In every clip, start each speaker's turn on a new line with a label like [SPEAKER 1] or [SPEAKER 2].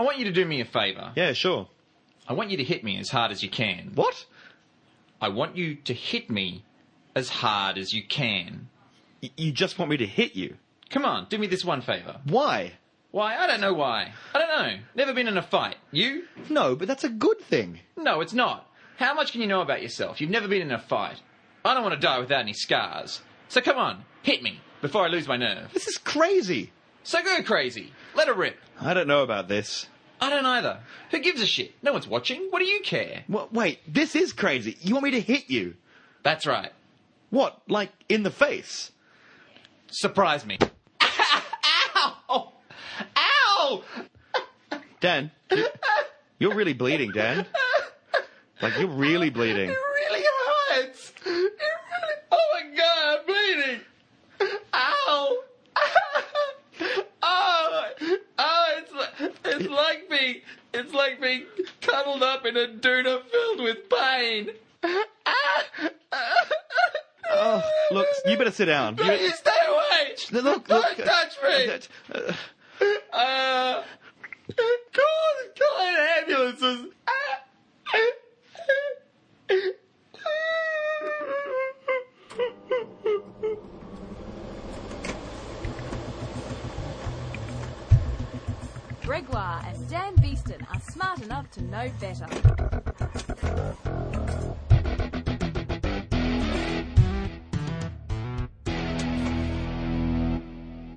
[SPEAKER 1] want you to do me a favour.
[SPEAKER 2] Yeah, sure.
[SPEAKER 1] I want you to hit me as hard as you can.
[SPEAKER 2] What?
[SPEAKER 1] I want you to hit me as hard as you can.
[SPEAKER 2] Y- you just want me to hit you?
[SPEAKER 1] Come on, do me this one favour.
[SPEAKER 2] Why?
[SPEAKER 1] Why? I don't know why. I don't know. Never been in a fight. You?
[SPEAKER 2] No, but that's a good thing.
[SPEAKER 1] No, it's not. How much can you know about yourself? You've never been in a fight. I don't want to die without any scars. So come on, hit me before I lose my nerve.
[SPEAKER 2] This is crazy.
[SPEAKER 1] So go crazy. Let her rip.
[SPEAKER 2] I don't know about this.
[SPEAKER 1] I don't either. Who gives a shit? No one's watching. What do you care?
[SPEAKER 2] Wha wait, this is crazy. You want me to hit you?
[SPEAKER 1] That's right.
[SPEAKER 2] What? Like in the face?
[SPEAKER 1] Surprise me. Ow! Ow!
[SPEAKER 2] Dan, you- you're really bleeding, Dan. Like you're really bleeding.
[SPEAKER 1] It really hurts. It really... Oh my god, I'm bleeding. Ow. oh, oh, it's, li- it's like being, it's like being cuddled up in a doona filled with pain. Ah!
[SPEAKER 2] Oh, look, you better sit down. You-
[SPEAKER 1] You stay away. Don't
[SPEAKER 2] look, look.
[SPEAKER 1] touch me.
[SPEAKER 2] Uh,
[SPEAKER 1] Uh, call, call an ambulance. was-
[SPEAKER 3] Gregoire and Dan Beeston are smart enough to know better.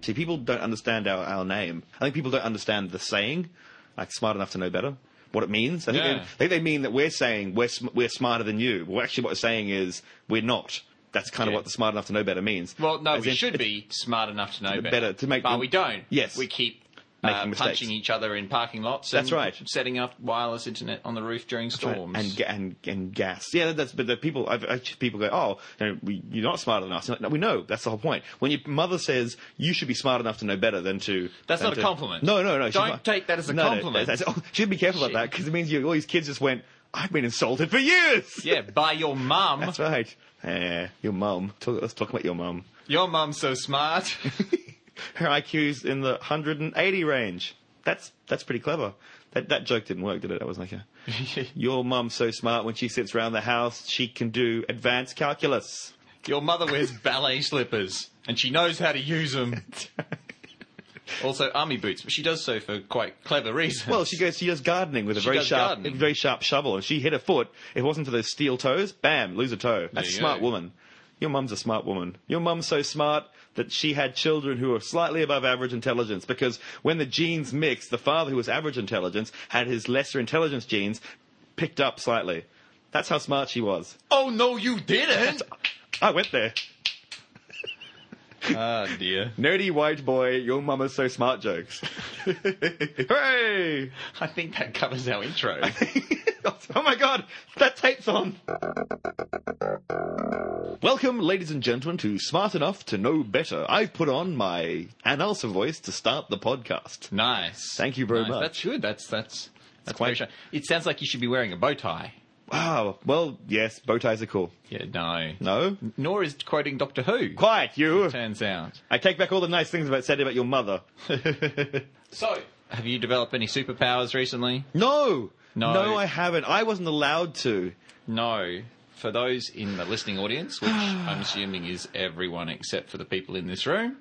[SPEAKER 2] See, people don't understand our, our name. I think people don't understand the saying, like smart enough to know better, what it means. I think, they,
[SPEAKER 1] Yeah.
[SPEAKER 2] I think they mean that we're saying we're, sm- we're smarter than you. Well, actually, what we're saying is we're not. That's kind of
[SPEAKER 1] Yeah.
[SPEAKER 2] what the smart enough to know better means.
[SPEAKER 1] Well, no,
[SPEAKER 2] As
[SPEAKER 1] we
[SPEAKER 2] in-
[SPEAKER 1] should
[SPEAKER 2] it's-
[SPEAKER 1] be smart enough to know better.
[SPEAKER 2] better to make
[SPEAKER 1] but
[SPEAKER 2] them-
[SPEAKER 1] we don't.
[SPEAKER 2] Yes.
[SPEAKER 1] we keep
[SPEAKER 2] Making
[SPEAKER 1] uh,
[SPEAKER 2] mistakes.
[SPEAKER 1] punching each other in parking lots.
[SPEAKER 2] That's
[SPEAKER 1] and
[SPEAKER 2] right.
[SPEAKER 1] Setting up wireless internet on the roof during storms.
[SPEAKER 2] And, ga- and and gas. Yeah, that's but the people. I've, i people go, oh, you know, we, you're not smart enough. It's like, no, we know. That's the whole point. When your mother says you should be smart enough to know better than to.
[SPEAKER 1] That's
[SPEAKER 2] than
[SPEAKER 1] not a
[SPEAKER 2] to-
[SPEAKER 1] compliment.
[SPEAKER 2] No, no, no. she's
[SPEAKER 1] Don't
[SPEAKER 2] not-
[SPEAKER 1] take that as a
[SPEAKER 2] No, no,
[SPEAKER 1] compliment.
[SPEAKER 2] that's- that's- oh, should be careful about that because it means you, all these kids just went. I've been insulted for years.
[SPEAKER 1] yeah, by your mum.
[SPEAKER 2] That's right. Yeah, your mum. Talk, let's talk about your mum.
[SPEAKER 1] Your mum's so smart.
[SPEAKER 2] Her IQ's in the 180 range. That's that's pretty clever. That that joke didn't work, did it? That was like a. Your mum's so smart when she sits around the house, she can do advanced calculus.
[SPEAKER 1] your mother wears ballet slippers, and she knows how to use them. also, army boots, but she does so for quite clever reasons.
[SPEAKER 2] Well, she goes. She does gardening with a
[SPEAKER 1] She
[SPEAKER 2] very
[SPEAKER 1] does
[SPEAKER 2] sharp,
[SPEAKER 1] gardening.
[SPEAKER 2] very sharp shovel, and she hit her foot. If it wasn't for those steel toes, bam, lose a toe. That's a
[SPEAKER 1] you
[SPEAKER 2] smart
[SPEAKER 1] go.
[SPEAKER 2] woman. Your mum's a smart woman. Your mum's so smart that she had children who were slightly above average intelligence because when the genes mixed, the father who was average intelligence had his lesser intelligence genes picked up slightly. That's how smart she was.
[SPEAKER 1] oh no, you didn't.
[SPEAKER 2] I went there.
[SPEAKER 1] oh dear.
[SPEAKER 2] Nerdy white boy, your mama's so smart jokes. Hooray!
[SPEAKER 1] I think that covers our intro.
[SPEAKER 2] oh my god, that tape's on. Welcome, ladies and gentlemen, to Smart Enough to Know Better. I've put on my Ann Elsa voice to start the podcast.
[SPEAKER 1] Nice.
[SPEAKER 2] Thank you very
[SPEAKER 1] Nice.
[SPEAKER 2] much.
[SPEAKER 1] That's good. That's that's that's
[SPEAKER 2] quite-
[SPEAKER 1] quite. Very sharp. it sounds like you should be wearing a bow tie.
[SPEAKER 2] Wow, Ah, well, yes, bow ties are cool.
[SPEAKER 1] Yeah, no.
[SPEAKER 2] No?
[SPEAKER 1] Nor is quoting Doctor Who.
[SPEAKER 2] Quiet, you!
[SPEAKER 1] Turns out.
[SPEAKER 2] I take back all the nice things about said about your mother.
[SPEAKER 1] So, have you developed any superpowers recently?
[SPEAKER 2] No!
[SPEAKER 1] No.
[SPEAKER 2] No, I haven't. I wasn't allowed to.
[SPEAKER 1] No. For those in the listening audience, which I'm assuming is everyone except for the people in this room.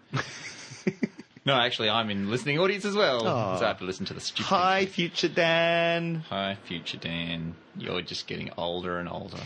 [SPEAKER 1] no, actually, I'm in the listening audience as well, so I have to listen to the stupid.
[SPEAKER 2] Hi, future Dan.
[SPEAKER 1] Hi, future Dan. You're just getting older and older,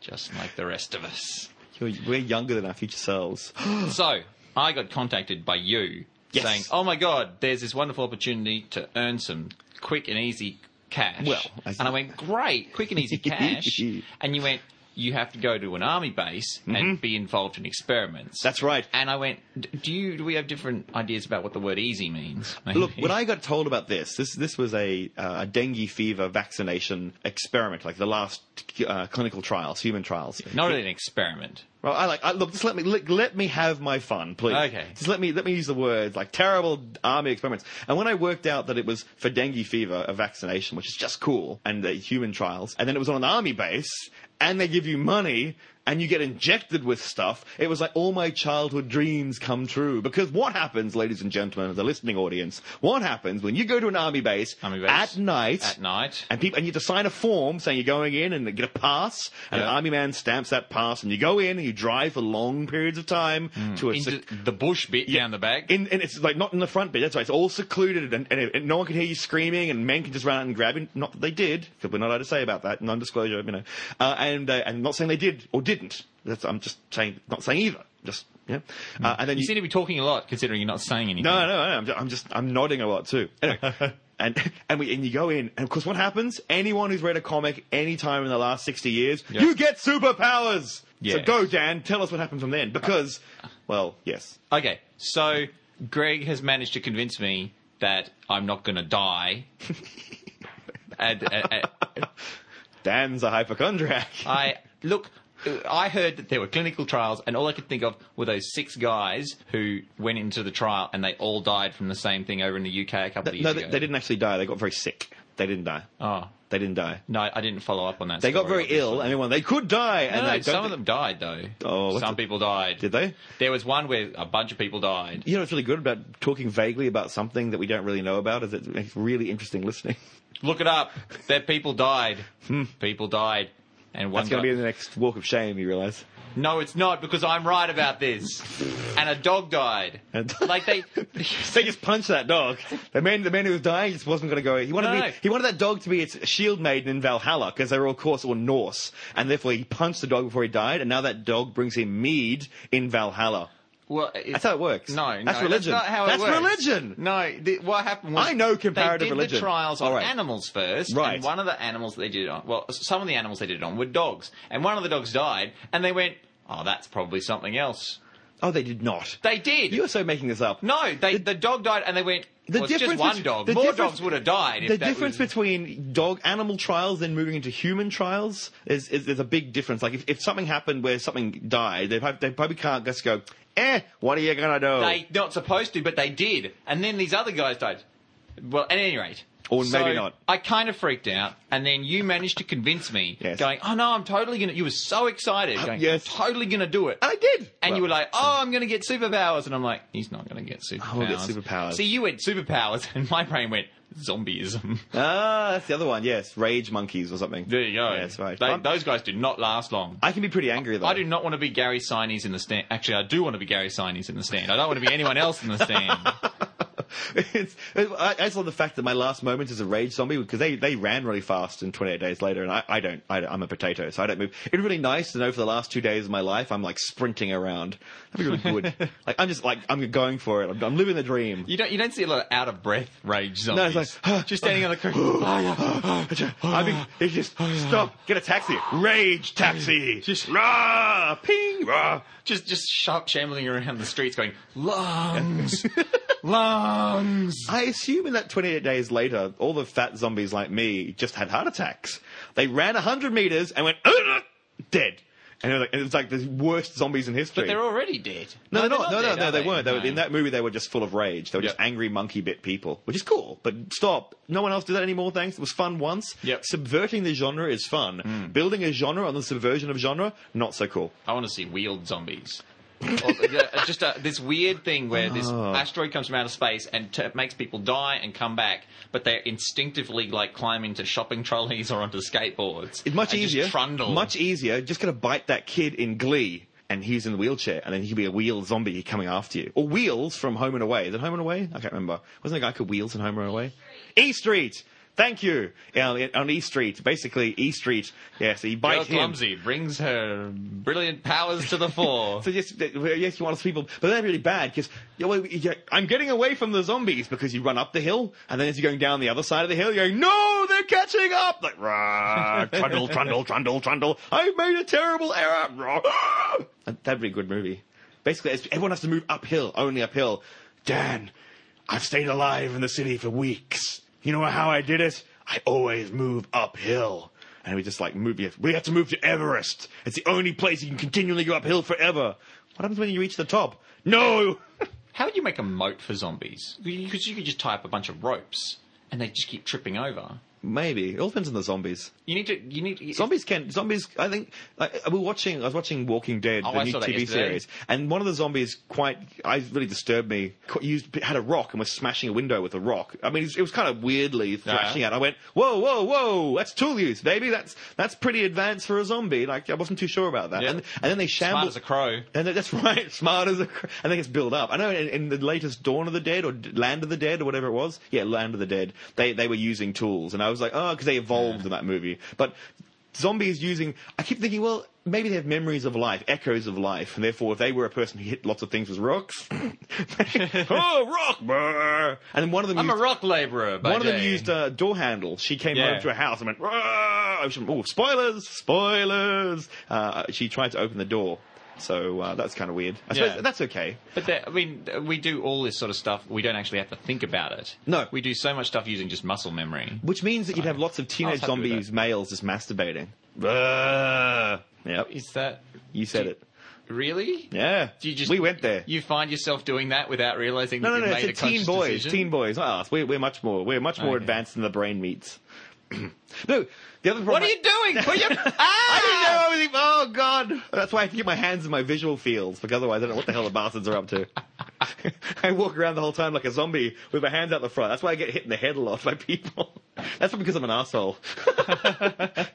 [SPEAKER 1] just like the rest of us.
[SPEAKER 2] You're, we're younger than our future selves.
[SPEAKER 1] So I got contacted by you
[SPEAKER 2] Yes.
[SPEAKER 1] saying, "Oh my God, there's this wonderful opportunity to earn some quick and easy cash."
[SPEAKER 2] Well, I-
[SPEAKER 1] and I went, "Great, quick and easy cash," and you went. You have to go to an army base and be involved in experiments.
[SPEAKER 2] Mm-hmm. That's right.
[SPEAKER 1] And I went, "D- do you? Do we have different ideas about what the word "easy" means?
[SPEAKER 2] Look, when I got told about this, this this was a uh, a dengue fever vaccination experiment, like the last uh, clinical trials, human trials.
[SPEAKER 1] not really an experiment.
[SPEAKER 2] Well, I like I, look. Just let me let, let me have my fun, please.
[SPEAKER 1] Okay.
[SPEAKER 2] Just let me let me use the words like terrible army experiments. And when I worked out that it was for dengue fever a vaccination, which is just cool, and the human trials, and then it was on an army base, and they give you money. and you get injected with stuff, it was like all my childhood dreams come true. Because what happens, ladies and gentlemen, of the listening audience, what happens when you go to an army base,
[SPEAKER 1] Army base.
[SPEAKER 2] at night
[SPEAKER 1] At night.
[SPEAKER 2] and people and you have to sign a form saying you're going in and get a pass, and an
[SPEAKER 1] Yeah.
[SPEAKER 2] army man stamps that pass, and you go in and you drive for long periods of time to a
[SPEAKER 1] Hmm. Into
[SPEAKER 2] sec-
[SPEAKER 1] the bush bit down the back.
[SPEAKER 2] in, and it's like not in the front bit. That's right. It's all secluded, and, and, and no one can hear you screaming, and men can just run out and grab you. Not that they did, because we're not allowed to say about that. Non-disclosure, you know. Uh, and uh, and not saying they did or didn't. That's, I'm just saying, not saying either. Just yeah. Uh, and then
[SPEAKER 1] you seem to be talking a lot considering you're not saying anything.
[SPEAKER 2] no, no, no. I'm just, I'm just I'm nodding a lot too. Anyway, and and we and you go in, and of course, what happens? Anyone who's read a comic any time in the last sixty years,
[SPEAKER 1] Yeah.
[SPEAKER 2] you get superpowers. So
[SPEAKER 1] Yes.
[SPEAKER 2] go, Dan. Tell us what happened from then, because, well, yes,
[SPEAKER 1] Okay, so Greg has managed to convince me that I'm not going to die. and, uh, and- and
[SPEAKER 2] Dan's a hypochondriac.
[SPEAKER 1] I look. I heard that there were clinical trials, and all I could think of were those six guys who went into the trial and they all died from the same thing over in the UK a couple of years
[SPEAKER 2] no,
[SPEAKER 1] ago.
[SPEAKER 2] they, they didn't actually die. They got very sick. They didn't die.
[SPEAKER 1] Oh
[SPEAKER 2] They didn't die.
[SPEAKER 1] no, I didn't follow up on that.
[SPEAKER 2] They got
[SPEAKER 1] story,
[SPEAKER 2] very ill,
[SPEAKER 1] obviously.
[SPEAKER 2] and everyone they could die.
[SPEAKER 1] No,
[SPEAKER 2] and
[SPEAKER 1] no,
[SPEAKER 2] I don't
[SPEAKER 1] some of
[SPEAKER 2] thi-
[SPEAKER 1] them died though.
[SPEAKER 2] Oh, what's
[SPEAKER 1] some
[SPEAKER 2] the-
[SPEAKER 1] people died.
[SPEAKER 2] did they?
[SPEAKER 1] There was one where a bunch of people died.
[SPEAKER 2] You know what's really good about talking vaguely about something that we don't really know about is it makes really interesting listening.
[SPEAKER 1] Look it up. That people died. people died, and one.
[SPEAKER 2] That's going
[SPEAKER 1] guy-
[SPEAKER 2] to be in the next walk of shame. You realize.
[SPEAKER 1] No, it's not because I'm right about this. And a dog died.
[SPEAKER 2] And-
[SPEAKER 1] like they.
[SPEAKER 2] They just punched that dog. The man, the man who was dying, just wasn't going to go. He wanted,
[SPEAKER 1] No.
[SPEAKER 2] me- he wanted that dog to be its shield maiden in Valhalla because they were, of course, all Norse, and therefore he punched the dog before he died, and now that dog brings him mead in Valhalla.
[SPEAKER 1] Well, it-
[SPEAKER 2] That's how it works.
[SPEAKER 1] No,
[SPEAKER 2] That's
[SPEAKER 1] no,
[SPEAKER 2] religion.
[SPEAKER 1] That's not how it
[SPEAKER 2] That's
[SPEAKER 1] works.
[SPEAKER 2] religion.
[SPEAKER 1] No, the, what happened was
[SPEAKER 2] I know comparative
[SPEAKER 1] they did
[SPEAKER 2] religion.
[SPEAKER 1] The trials on
[SPEAKER 2] All right.
[SPEAKER 1] animals first,
[SPEAKER 2] Right.
[SPEAKER 1] And one of the animals they did it on, well, some of the animals they did it on were dogs, and one of the dogs died, and they went, "Oh, that's probably something else."
[SPEAKER 2] Oh, they did not.
[SPEAKER 1] They did.
[SPEAKER 2] You're so making this up.
[SPEAKER 1] no, they, the, dog died, and they went.
[SPEAKER 2] The
[SPEAKER 1] well, it's just
[SPEAKER 2] difference
[SPEAKER 1] one
[SPEAKER 2] bet-
[SPEAKER 1] dog.
[SPEAKER 2] the
[SPEAKER 1] More
[SPEAKER 2] difference-
[SPEAKER 1] dogs would have died. If
[SPEAKER 2] the
[SPEAKER 1] that
[SPEAKER 2] difference
[SPEAKER 1] was,
[SPEAKER 2] between dog animal trials and moving into human trials is, is there's a big difference. Like if, if something happened where something died, they, prob- they probably can't just go, eh, what are you gonna do?
[SPEAKER 1] They not supposed to, but they did. And then these other guys died. Well, at any rate.
[SPEAKER 2] Or maybe
[SPEAKER 1] So,
[SPEAKER 2] not.
[SPEAKER 1] I kind of freaked out, and then you managed to convince me,
[SPEAKER 2] Yes.
[SPEAKER 1] going, "Oh no, I'm totally gonna." You were so excited, going,
[SPEAKER 2] yes.
[SPEAKER 1] "I'm totally gonna do it,"
[SPEAKER 2] and I did.
[SPEAKER 1] And you
[SPEAKER 2] Well,
[SPEAKER 1] were like, "Oh, I'm gonna get superpowers," and I'm like, "He's not gonna get superpowers."
[SPEAKER 2] won't get superpowers.
[SPEAKER 1] See, you went superpowers, and my brain went zombieism.
[SPEAKER 2] ah, that's the other one. Yes, rage monkeys or something.
[SPEAKER 1] There you go.
[SPEAKER 2] Yeah, that's right.
[SPEAKER 1] They,
[SPEAKER 2] I'm-
[SPEAKER 1] those guys did not last long.
[SPEAKER 2] I can be pretty angry though.
[SPEAKER 1] I do not want to be Gary Sinise in the stand. Actually, I do want to be Gary Sinise in the stand. I don't want to be anyone else in the stand.
[SPEAKER 2] it's, it, I, I saw the fact that my last moment is a rage zombie because they, they ran really fast and 28 days later, and I, I don't, I, am a potato, so I don't move. It's really nice to know for the last two days of my life, I'm like sprinting around. That'd be really good. like, I'm just like, I'm going for it. I'm, I'm living the dream.
[SPEAKER 1] You don't you don't see a lot of out of breath rage zombies.
[SPEAKER 2] No, it's like, Oh,
[SPEAKER 1] just standing on the creek.
[SPEAKER 2] I mean, it's just stop, get a taxi, rage taxi, just rah, ping, rah.
[SPEAKER 1] just just sharp shambling around the streets going, lungs, lungs.
[SPEAKER 2] I assume in that 28 days later, all the fat zombies like me just had heart attacks. They ran 100 meters and went, "Ugh," dead. And it was like, and it was like the worst zombies in history.
[SPEAKER 1] But they're already dead.
[SPEAKER 2] no, they're not. No, no,
[SPEAKER 1] dead,
[SPEAKER 2] no,
[SPEAKER 1] are
[SPEAKER 2] they, weren't. They were,
[SPEAKER 1] No.
[SPEAKER 2] in that movie, they were just full of rage. They were just
[SPEAKER 1] Yep.
[SPEAKER 2] angry monkey bit people, which is cool. But stop. No one else did that anymore, thanks. It was fun once.
[SPEAKER 1] Yep. Hmm.
[SPEAKER 2] Subverting the genre is fun. Building a genre on the subversion of genre, not so cool.
[SPEAKER 1] I want to see wheeled zombies. Or, uh, just uh, this weird thing where this
[SPEAKER 2] Oh.
[SPEAKER 1] asteroid comes from outer space and t- makes people die and come back, but they instinctively like climb into shopping trolleys or onto skateboards.
[SPEAKER 2] It's much
[SPEAKER 1] and
[SPEAKER 2] easier.
[SPEAKER 1] Just trundle.
[SPEAKER 2] Much easier. Just gonna bite that kid in Glee, and he's in the wheelchair, and then he'll be a wheel zombie coming after you. Or Wheels from Home and Away. Is it Home and Away? I can't remember. Wasn't a guy called Wheels in Home and Away? E Street. Thank you. Um, on E Street, basically E Street. Yeah, so you bite
[SPEAKER 1] Girl
[SPEAKER 2] him.
[SPEAKER 1] clumsy brings her brilliant powers to the fore.
[SPEAKER 2] So yes, th- well, yes, you want to people, but they're really bad because I'm getting away from the zombies because you run up the hill and then as you're going down the other side of the hill, you're going, no, they're catching up. Like rah, trundle, trundle, trundle, trundle. I made a terrible error. Rah. And That'd be a good movie. Basically, it's- everyone has to move uphill, only uphill. Dan, I've stayed alive in the city for weeks. You know how I did it? I always move uphill. And we just like move. We have to move to Everest. It's the only place you can continually go uphill forever. What happens when you reach the top? No.
[SPEAKER 1] How would you make a moat for zombies? Because you could just tie up a bunch of ropes and they just keep tripping over.
[SPEAKER 2] Maybe it all depends on the zombies.
[SPEAKER 1] You need to. You need.
[SPEAKER 2] Zombies can zombies. I think like, we were watching. I was watching Walking Dead,
[SPEAKER 1] Oh,
[SPEAKER 2] the
[SPEAKER 1] I
[SPEAKER 2] new
[SPEAKER 1] saw that
[SPEAKER 2] TV
[SPEAKER 1] yesterday.
[SPEAKER 2] series, and one of the zombies quite. I really disturbed me. Qu- Used had a rock and was smashing a window with a rock. I mean, it was, it was kind of weirdly thrashing out. I went, whoa, whoa, whoa! That's tool use, baby. That's that's pretty advanced for a zombie. Like I wasn't too sure about that.
[SPEAKER 1] Yeah.
[SPEAKER 2] And, and then they
[SPEAKER 1] smart
[SPEAKER 2] shambled.
[SPEAKER 1] as a crow.
[SPEAKER 2] And that- that's right, smart as a. Cr- and then it's built up. I know in, in the latest Dawn of the Dead or D- Land of the Dead or whatever it was, yeah, Land of the Dead, they they were using tools, and I was like, oh, because they evolved in that movie. But zombies using, I keep thinking, well, maybe they have memories of life, echoes of life, and therefore if they were a person who hit lots of things with rocks, oh, rock, brr. and then one of them.
[SPEAKER 1] I'm a
[SPEAKER 2] used-
[SPEAKER 1] rock labourer. By
[SPEAKER 2] one of them
[SPEAKER 1] day.
[SPEAKER 2] used a door handle. She came
[SPEAKER 1] Yeah.
[SPEAKER 2] home to a house and went, "Rah!" oh, spoilers, spoilers. Uh, she tried to open the door. So uh, that's kind of weird. I suppose
[SPEAKER 1] Yeah.
[SPEAKER 2] that's okay.
[SPEAKER 1] But that, I mean, we do all this sort of stuff. We don't actually have to think about it.
[SPEAKER 2] No.
[SPEAKER 1] we do so much stuff using just muscle memory.
[SPEAKER 2] Which means that you'd have lots of
[SPEAKER 1] was
[SPEAKER 2] teenage
[SPEAKER 1] happy with
[SPEAKER 2] zombies, males, just masturbating. Rah! Yep,
[SPEAKER 1] Is that
[SPEAKER 2] you said it.
[SPEAKER 1] really?
[SPEAKER 2] Yeah,
[SPEAKER 1] Do you just
[SPEAKER 2] we went there.
[SPEAKER 1] You find yourself doing that without realizing
[SPEAKER 2] no,
[SPEAKER 1] that
[SPEAKER 2] no,
[SPEAKER 1] you've
[SPEAKER 2] no.
[SPEAKER 1] made a
[SPEAKER 2] It's a teen
[SPEAKER 1] conscious
[SPEAKER 2] boys,
[SPEAKER 1] decision?
[SPEAKER 2] teen boys, not us. We're, we're much more. We're much
[SPEAKER 1] Okay.
[SPEAKER 2] more advanced than the brain meets. no, the other problem.
[SPEAKER 1] What are you doing? Put your
[SPEAKER 2] I didn't know
[SPEAKER 1] ah!
[SPEAKER 2] I was even- Oh god! That's why I have to get my hands in my visual fields because otherwise I don't know what the hell the bastards are up to. I walk around the whole time like a zombie with my hands out the front. That's why I get hit in the head a lot by people. That's because I'm an asshole. hit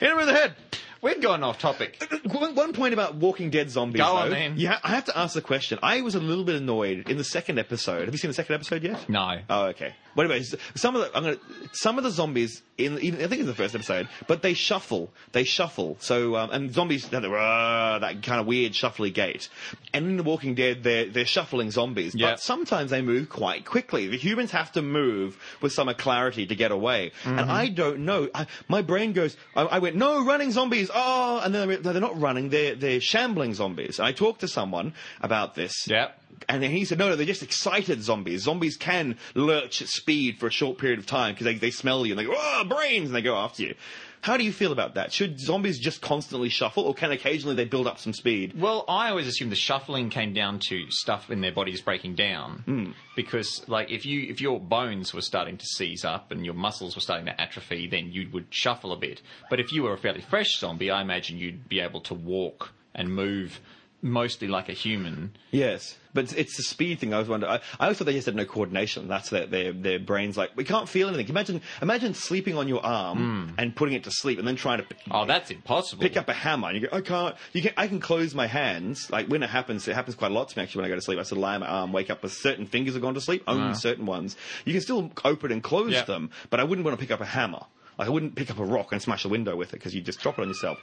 [SPEAKER 2] him in the head.
[SPEAKER 1] Ah! We've gone off topic.
[SPEAKER 2] One, one point about Walking Dead zombies.
[SPEAKER 1] Go on
[SPEAKER 2] though.
[SPEAKER 1] then.
[SPEAKER 2] Yeah, I have to ask the question. I was a little bit annoyed in the second episode. Have you seen the second episode yet?
[SPEAKER 1] No.
[SPEAKER 2] Oh, okay. Well, anyway, s- some of the I'm gonna some of the zombies in even, I think it's the first episode, but they shuffle, they shuffle. So um, and zombies that uh, that kind of weird shuffly gait. And in The Walking Dead, they're they're shuffling zombies,
[SPEAKER 1] Yeah.
[SPEAKER 2] but sometimes they move quite quickly. The humans have to move with some clarity to get away. And I don't know. I, my brain goes. I, I went no running zombies. Oh, and then they're, they're not running. They're they're shambling zombies. And I talked to someone about this.
[SPEAKER 1] Yep.
[SPEAKER 2] And then he said, no, no, they're just excited zombies. Zombies can lurch at speed for a short period of time because they, they smell you and they go, oh, brains, and they go after you. How do you feel about that? Should zombies just constantly shuffle or can occasionally they build up some speed?
[SPEAKER 1] Well, I always assumed the shuffling came down to stuff in their bodies breaking down,
[SPEAKER 2] Hmm.
[SPEAKER 1] because like if you if your bones were starting to seize up and your muscles were starting to atrophy, then you would shuffle a bit. But if you were a fairly fresh zombie, I imagine you'd be able to walk and move mostly like a human.
[SPEAKER 2] Yes. But it's- it's the speed thing I was wondering. I, I always thought they just had no coordination. That's their, their, their brain's like, we can't feel anything. Imagine, imagine sleeping on your arm and putting it to sleep and then trying to
[SPEAKER 1] Oh, that's impossible.
[SPEAKER 2] pick up a hammer and you go, I can't, you can, I can close my hands. Like when it happens, it happens quite a lot to me actually when I go to sleep. I sort of lie on my arm, wake up with certain fingers have gone to sleep, only certain ones. You can still open and close
[SPEAKER 1] Yeah.
[SPEAKER 2] them, but I wouldn't want to pick up a hammer. Like I wouldn't pick up a rock and smash a window with it because you just drop it on yourself.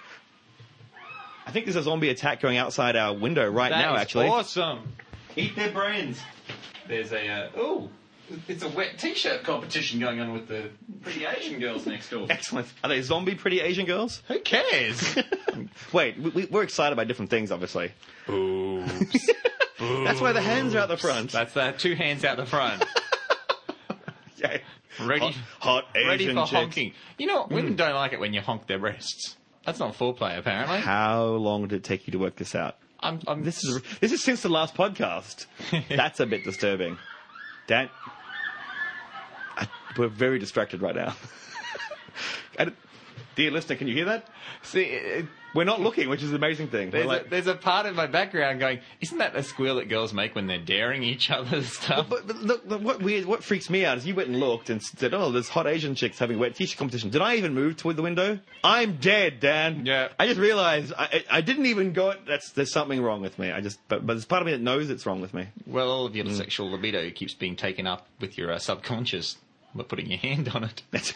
[SPEAKER 2] I think there's a zombie attack going outside our window right
[SPEAKER 1] That
[SPEAKER 2] now
[SPEAKER 1] is
[SPEAKER 2] actually.
[SPEAKER 1] awesome.
[SPEAKER 2] Eat their brains.
[SPEAKER 1] There's a uh, oh, it's a wet t-shirt competition going on with the pretty Asian girls next door.
[SPEAKER 2] Excellent. Are they zombie pretty Asian girls?
[SPEAKER 1] Who cares?
[SPEAKER 2] Wait, we- we, we're excited by different things obviously.
[SPEAKER 1] Boobs.
[SPEAKER 2] That's why the hands are out the front.
[SPEAKER 1] That's uh, two hands out the front.
[SPEAKER 2] Yeah.
[SPEAKER 1] Ready,
[SPEAKER 2] Hot, hot Asian
[SPEAKER 1] ready for
[SPEAKER 2] chicks. Hmm.
[SPEAKER 1] honking. You know, what? women don't like it when you honk their breasts. That's not foreplay, apparently.
[SPEAKER 2] How long did it take you to work this out?
[SPEAKER 1] I'm, I'm,
[SPEAKER 2] This is this is since the last podcast. That's a bit disturbing. Dan, I, we're very distracted right now. I don't- dear listener, can you hear that?
[SPEAKER 1] see, it,
[SPEAKER 2] We're not looking, which is the amazing thing. We're
[SPEAKER 1] there's,
[SPEAKER 2] like-
[SPEAKER 1] a, there's a part of my background going. Isn't that the squeal that girls make when they're daring each other and stuff?
[SPEAKER 2] but, but look, look, what weird, what freaks me out is you went and looked and said, "Oh, there's hot Asian chicks having wet t-shirt competition." Did I even move toward the window? I'm dead, Dan.
[SPEAKER 1] Yeah.
[SPEAKER 2] I just realized I, I I didn't even go. That's there's something wrong with me. I just, but, but there's part of me that knows it's wrong with me.
[SPEAKER 1] well, all of your
[SPEAKER 2] Hmm.
[SPEAKER 1] sexual libido keeps being taken up with your uh, subconscious. By putting your hand on it.
[SPEAKER 2] That's-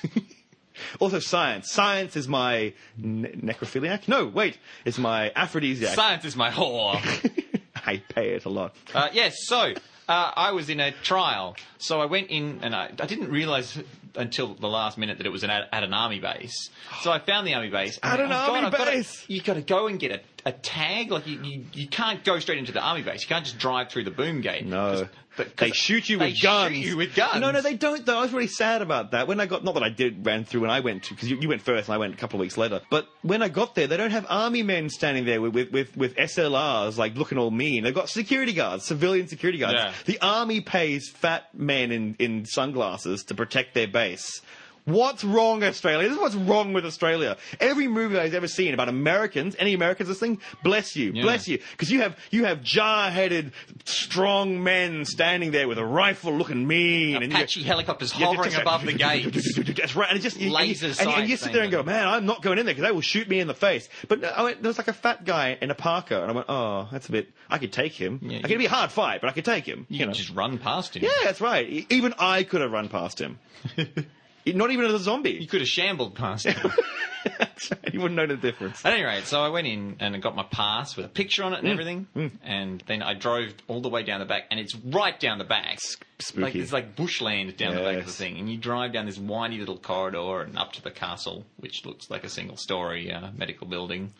[SPEAKER 2] also, science. Science is my ne- necrophiliac. No, wait, it's my aphrodisiac.
[SPEAKER 1] Science is my whore.
[SPEAKER 2] I pay it a lot.
[SPEAKER 1] Uh, yes, so uh, I was in a trial. So I went in and I, I didn't realise until the last minute that it was an, at, at an army base. So I found the army base. and
[SPEAKER 2] At an
[SPEAKER 1] I thought,
[SPEAKER 2] army
[SPEAKER 1] I've gotta-
[SPEAKER 2] base!
[SPEAKER 1] you got to go and get a, a tag. Like you, you, you can't go straight into the army base. You can't just drive through the boom gate.
[SPEAKER 2] No.
[SPEAKER 1] 'Cause- but- 'cause
[SPEAKER 2] They shoot you
[SPEAKER 1] they
[SPEAKER 2] with guns.
[SPEAKER 1] shoot you with guns.
[SPEAKER 2] No, no, they don't. Though I was really sad about that. When I got, not that I did, ran through when I went to because you, you went first and I went a couple of weeks later. But when I got there, they don't have army men standing there with with with, with SLRs like looking all mean. They've got security guards, civilian security guards.
[SPEAKER 1] Yeah.
[SPEAKER 2] The army pays fat men in in sunglasses to protect their base. What's wrong, Australia? This is what's wrong with Australia. Every movie I've ever seen about Americans, any Americans listening, bless you,
[SPEAKER 1] Yeah.
[SPEAKER 2] bless you, because you have you have jar-headed, strong men standing there with a rifle, looking mean, you go-
[SPEAKER 1] Apache helicopters
[SPEAKER 2] you have to
[SPEAKER 1] hovering
[SPEAKER 2] just-
[SPEAKER 1] above the gates.
[SPEAKER 2] That's right. And it just you-
[SPEAKER 1] Laser
[SPEAKER 2] and, you- and you
[SPEAKER 1] sight
[SPEAKER 2] sit there and go,
[SPEAKER 1] thing.
[SPEAKER 2] man, I'm not going in there because they will shoot me in the face. But no, I went, there was like a fat guy in a parka, and I went, oh, that's a bit. I could take him.
[SPEAKER 1] Yeah,
[SPEAKER 2] I could
[SPEAKER 1] you-
[SPEAKER 2] be a hard fight, but I could take him.
[SPEAKER 1] You
[SPEAKER 2] You,
[SPEAKER 1] can
[SPEAKER 2] know.
[SPEAKER 1] just run past him.
[SPEAKER 2] Yeah, that's right. E- Even I could have run past him. E, Not even as a
[SPEAKER 1] You
[SPEAKER 2] zombie.
[SPEAKER 1] could have shambled past him.
[SPEAKER 2] you wouldn't know the difference.
[SPEAKER 1] At any rate, so I went in and I got my pass with a picture on it
[SPEAKER 2] Mm.
[SPEAKER 1] and everything, and then I drove all the way down the back, and it's right down the back.
[SPEAKER 2] spooky.
[SPEAKER 1] Like it's like bushland down the back of the
[SPEAKER 2] Yes.
[SPEAKER 1] thing, and you drive down this windy little corridor and up to the castle, which looks like a single-story uh, medical building,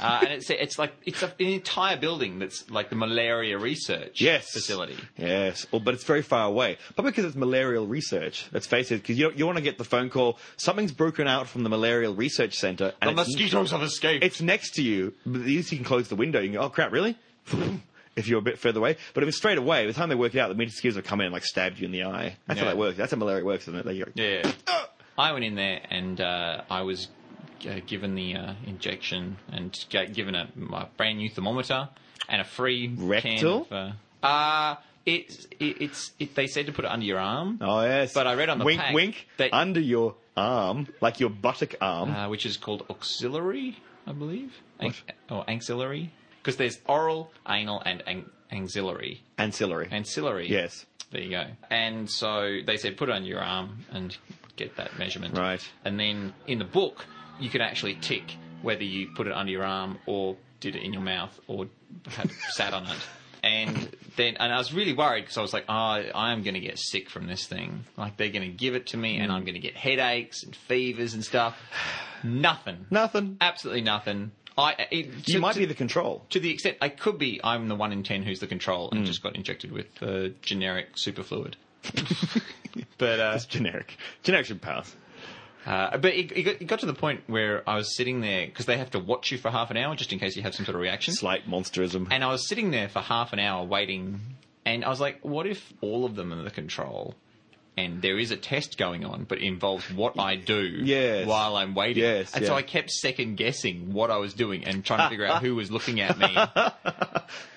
[SPEAKER 1] uh, and it's it's like it's a, an entire building that's like the malaria research
[SPEAKER 2] Yes.
[SPEAKER 1] facility.
[SPEAKER 2] Yes. Well, but it's very far away. Probably because it's malarial research. Let's face it, because you, you want to get the phone call. Something's broken out from the malarial research center.
[SPEAKER 1] The
[SPEAKER 2] And it's-
[SPEAKER 1] mosquitoes have escaped.
[SPEAKER 2] it's next to you. But at least you can close the window. You can go, oh crap, really? if you're a bit further away. But if it's straight away, by the time they work it out, the mosquitoes will come in and like stab you in the eye. That's how
[SPEAKER 1] Yeah.
[SPEAKER 2] that works. That's how malaria works, isn't it? They go,
[SPEAKER 1] Yeah. I went in there and uh, I was uh, given the uh, injection and ga- given a my brand new thermometer and a free
[SPEAKER 2] Rectal?
[SPEAKER 1] Can of, uh, uh, it's it, it's it, they said to put it under your arm,
[SPEAKER 2] Oh yes.
[SPEAKER 1] But I read on the
[SPEAKER 2] wink,
[SPEAKER 1] pack
[SPEAKER 2] wink,
[SPEAKER 1] that-
[SPEAKER 2] under your arm, like your buttock arm.
[SPEAKER 1] uh, which is called auxiliary, I believe, An- or ancillary, because there's oral, anal, and an- ancillary.
[SPEAKER 2] ancillary.
[SPEAKER 1] Ancillary.
[SPEAKER 2] yes.
[SPEAKER 1] There you go. And so they said put it on your arm and get that measurement.
[SPEAKER 2] Right.
[SPEAKER 1] And then in the book, you can actually tick whether you put it under your arm or did it in your mouth or had sat on it. And then, and I was really worried because I was like, oh, I am going to get sick from this thing. Like they're going to give it to me, and I'm going to get headaches and fevers and stuff. Nothing.
[SPEAKER 2] Nothing.
[SPEAKER 1] Absolutely nothing. I. It,
[SPEAKER 2] You
[SPEAKER 1] to-
[SPEAKER 2] might
[SPEAKER 1] to-
[SPEAKER 2] be the control.
[SPEAKER 1] to the extent I could be, I'm the one in ten who's the control and just got injected with uh, generic superfluid.
[SPEAKER 2] But uh, it's generic. Generic should pass.
[SPEAKER 1] Uh, but it, it, got, it got to the point where I was sitting there because they have to watch you for half an hour just in case you have some sort of reaction.
[SPEAKER 2] Slight monsterism.
[SPEAKER 1] And I was sitting there for half an hour waiting, and I was like, what if all of them are the control? And there is a test going on, but it involves what I do
[SPEAKER 2] Yes.
[SPEAKER 1] while I'm waiting.
[SPEAKER 2] Yes,
[SPEAKER 1] and so
[SPEAKER 2] yeah.
[SPEAKER 1] I kept second guessing what I was doing and trying to figure out who was looking at me.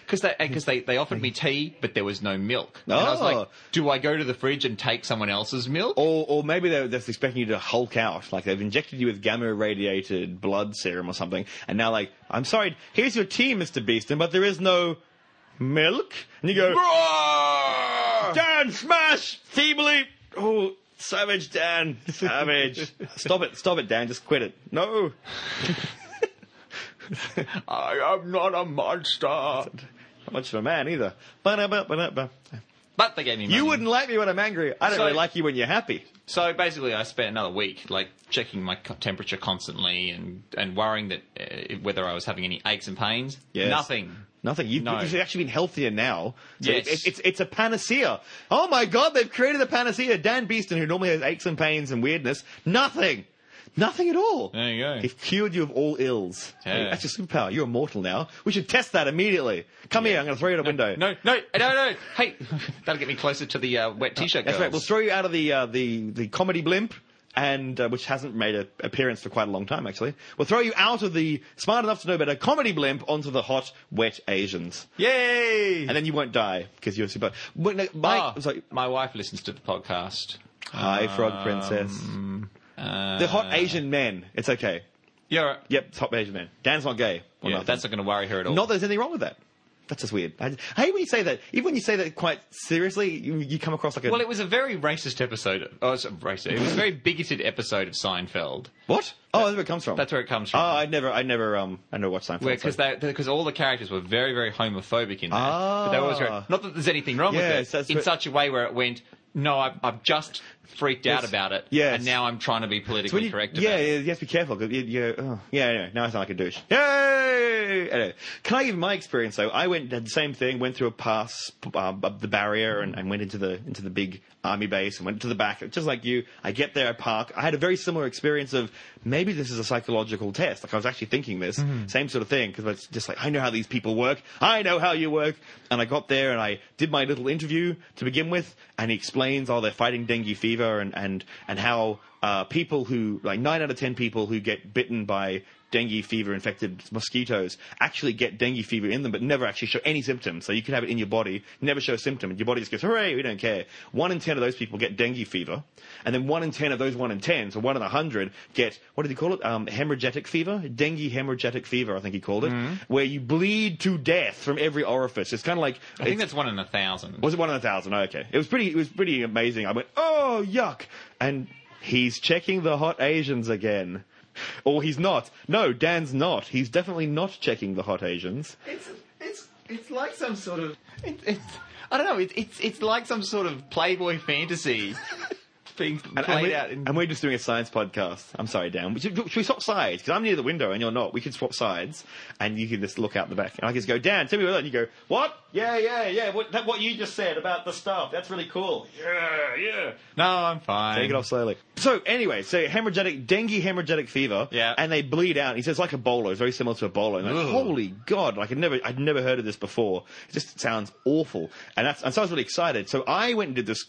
[SPEAKER 1] Because they, 'cause they, they offered me tea, but there was no milk. And I was
[SPEAKER 2] Oh.
[SPEAKER 1] like, do I go to the fridge and take someone else's milk?
[SPEAKER 2] or, or maybe they're just expecting you to hulk out, like they've injected you with gamma irradiated blood serum or something, and now like, I'm sorry, here's your tea, Mr. Beeston, but there is no milk, and you go, Dan, smash, feebly, oh, savage, Dan, savage, stop it, stop it, Dan, just quit it, no,
[SPEAKER 1] I am not a monster.
[SPEAKER 2] not much of a man either. Ba-da-ba-ba-da-ba.
[SPEAKER 1] But they gave me money.
[SPEAKER 2] You wouldn't like me when I'm angry. I don't
[SPEAKER 1] So-
[SPEAKER 2] really like you when you're happy.
[SPEAKER 1] So basically, I spent another week like checking my co- temperature constantly and and worrying that uh, whether I was having any aches and pains.
[SPEAKER 2] Yes.
[SPEAKER 1] Nothing.
[SPEAKER 2] Nothing. You've,
[SPEAKER 1] No.
[SPEAKER 2] you've actually been healthier now. So
[SPEAKER 1] Yes.
[SPEAKER 2] It's, it's, it's a panacea. Oh my God, they've created a panacea. Dan Beeston, who normally has aches and pains and weirdness, nothing. Nothing at all.
[SPEAKER 1] There you go.
[SPEAKER 2] They've cured you of all ills.
[SPEAKER 1] Yeah.
[SPEAKER 2] That's your superpower. You're immortal now. We should test that immediately. Come here, I'm going to throw you out a window.
[SPEAKER 1] No, no, no, no. Hey, that'll get me closer to the uh, wet t-shirt.
[SPEAKER 2] That's right. We'll
[SPEAKER 1] girls.
[SPEAKER 2] throw you out of the uh, the the comedy blimp, and uh, which hasn't made an appearance for quite a long time, actually. We'll throw you out of the smart enough to know better comedy blimp onto the hot, wet Asians,
[SPEAKER 1] Yay!
[SPEAKER 2] and then you won't die because you're super. But, no, Mike,
[SPEAKER 1] Ah,
[SPEAKER 2] sorry,
[SPEAKER 1] my wife listens to the podcast.
[SPEAKER 2] hi,
[SPEAKER 1] Ah,
[SPEAKER 2] frog princess.
[SPEAKER 1] Uh,
[SPEAKER 2] the hot Asian men. It's okay.
[SPEAKER 1] Yeah,
[SPEAKER 2] Yep, it's hot Asian men. Dan's not gay. Or
[SPEAKER 1] yeah
[SPEAKER 2] nothing.
[SPEAKER 1] that's not going to worry her at all.
[SPEAKER 2] Not that there's anything wrong with that. That's just weird. I, I hate when you say that. Even when you say that quite seriously, you, you come across like a
[SPEAKER 1] well, it was a very racist episode. Of, oh, it's racist. It was a very bigoted episode of Seinfeld.
[SPEAKER 2] what? Oh, that's where it comes from.
[SPEAKER 1] That's where it comes
[SPEAKER 2] Oh,
[SPEAKER 1] from.
[SPEAKER 2] I never, I never, um, I never watched Seinfeld. so-
[SPEAKER 1] because because all the characters were very very homophobic in that.
[SPEAKER 2] Ah.
[SPEAKER 1] But they were always going, not that there's anything wrong
[SPEAKER 2] Yes,
[SPEAKER 1] with
[SPEAKER 2] that's
[SPEAKER 1] it in
[SPEAKER 2] ver-
[SPEAKER 1] such a way where it went. No, I've, I've just freaked out
[SPEAKER 2] Yes.
[SPEAKER 1] about it,
[SPEAKER 2] Yes.
[SPEAKER 1] and now I'm trying to be
[SPEAKER 2] So when
[SPEAKER 1] politically
[SPEAKER 2] you-
[SPEAKER 1] correct
[SPEAKER 2] Yeah,
[SPEAKER 1] about it.
[SPEAKER 2] yeah, you have to be careful because you, you oh, yeah. Anyway, now I sound like a douche. Yay! Anyway, can I give my experience though? I went did the same thing. Went through a pass um, up the barrier and, and went into the into the big army base and went to the back, just like you. I get there, I park. I had a very similar experience of maybe this is a psychological test. Like I was actually thinking this same sort of thing because it's just like I know how these people work. I know how you work. And I got there and I did my little interview to begin with, and he explains, oh, they're fighting dengue fever and and and how uh, people who, like nine out of ten people who get bitten by dengue fever infected mosquitoes actually get dengue fever in them, but never actually show any symptoms. So you can have it in your body, never show a symptom, and your body just goes, hooray, we don't care. One in ten of those people get dengue fever, and then one in ten of those one in ten, so one in a hundred, get, what did he call it? Um, hemorrhagic fever? Dengue hemorrhagic fever, I think he called it,
[SPEAKER 1] Mm-hmm.
[SPEAKER 2] where you bleed to death from every orifice. It's kind of like,
[SPEAKER 1] I think that's one in a thousand.
[SPEAKER 2] was it one in a thousand? Oh, okay. It was pretty. It was pretty amazing. I went, oh yuck! And he's checking the hot Asians again, or he's not. No, Dan's not. He's definitely not checking the hot Asians.
[SPEAKER 1] It's it's it's like some sort of it, it's I don't know. It, it's it's like some sort of Playboy fantasy being
[SPEAKER 2] And, and
[SPEAKER 1] played
[SPEAKER 2] we,
[SPEAKER 1] out. In,
[SPEAKER 2] and we're just doing a science podcast. I'm sorry, Dan. Should, should we swap sides? Because I'm near the window and you're not. We could swap sides, and you can just look out the back. And I can just go, Dan, tell me what. And you go, what? Yeah, yeah, yeah. What, that, what you just said about the stuff? That's really cool. Yeah, yeah.
[SPEAKER 1] no, I'm fine.
[SPEAKER 2] Take it off slowly. So anyway, so hemorrhagic dengue, hemorrhagic fever,
[SPEAKER 1] Yeah.
[SPEAKER 2] and they bleed out. He says like Ebola, it's very similar to Ebola. And I'm like,
[SPEAKER 1] Ugh.
[SPEAKER 2] holy god, like I'd never, I'd never heard of this before. It just sounds awful, and that's, and so I was really excited. So I went and did this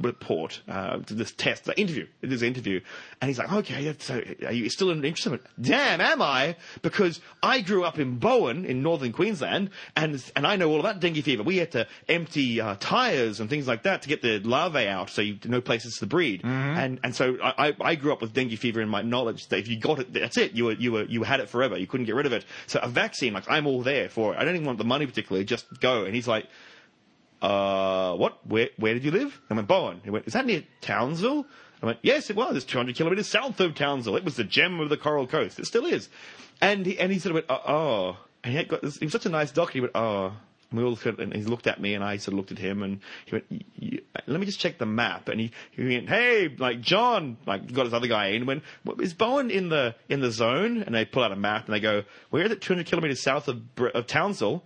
[SPEAKER 2] report, uh, did this test, the interview, did this interview, and he's like, okay, that's- so are you still interested? in it?" Damn, am I? Because I grew up in Bowen in northern Queensland, and and I know all about dengue fever. We had to empty uh, tires and things like that to get the larvae out, so you no places to breed. And and so I, I I grew up with dengue fever in my knowledge that if you got it, that's it. You were you were you had it forever. You couldn't get rid of it. So a vaccine, like I'm all there for it. I don't even want the money particularly. Just go. And he's like uh, what? Where, where did you live? I went, Bowen. He went, is that near Townsville? I went, yes, it was. It's 200 kilometers south of Townsville. It was the gem of the Coral Coast. It still is. And he, and he sort of went, oh, oh. And he, got this, he was such a nice doctor. He went, oh. And we all looked at, and he looked at me, and I sort of looked at him, and he went, y- y- "Let me just check the map." And he, he went, "Hey, like John, like got his other guy in." And went, "What- "Is Bowen in the in the zone?" And they pull out a map, and they go, "We're at 200 kilometers south of Br- of Townsville."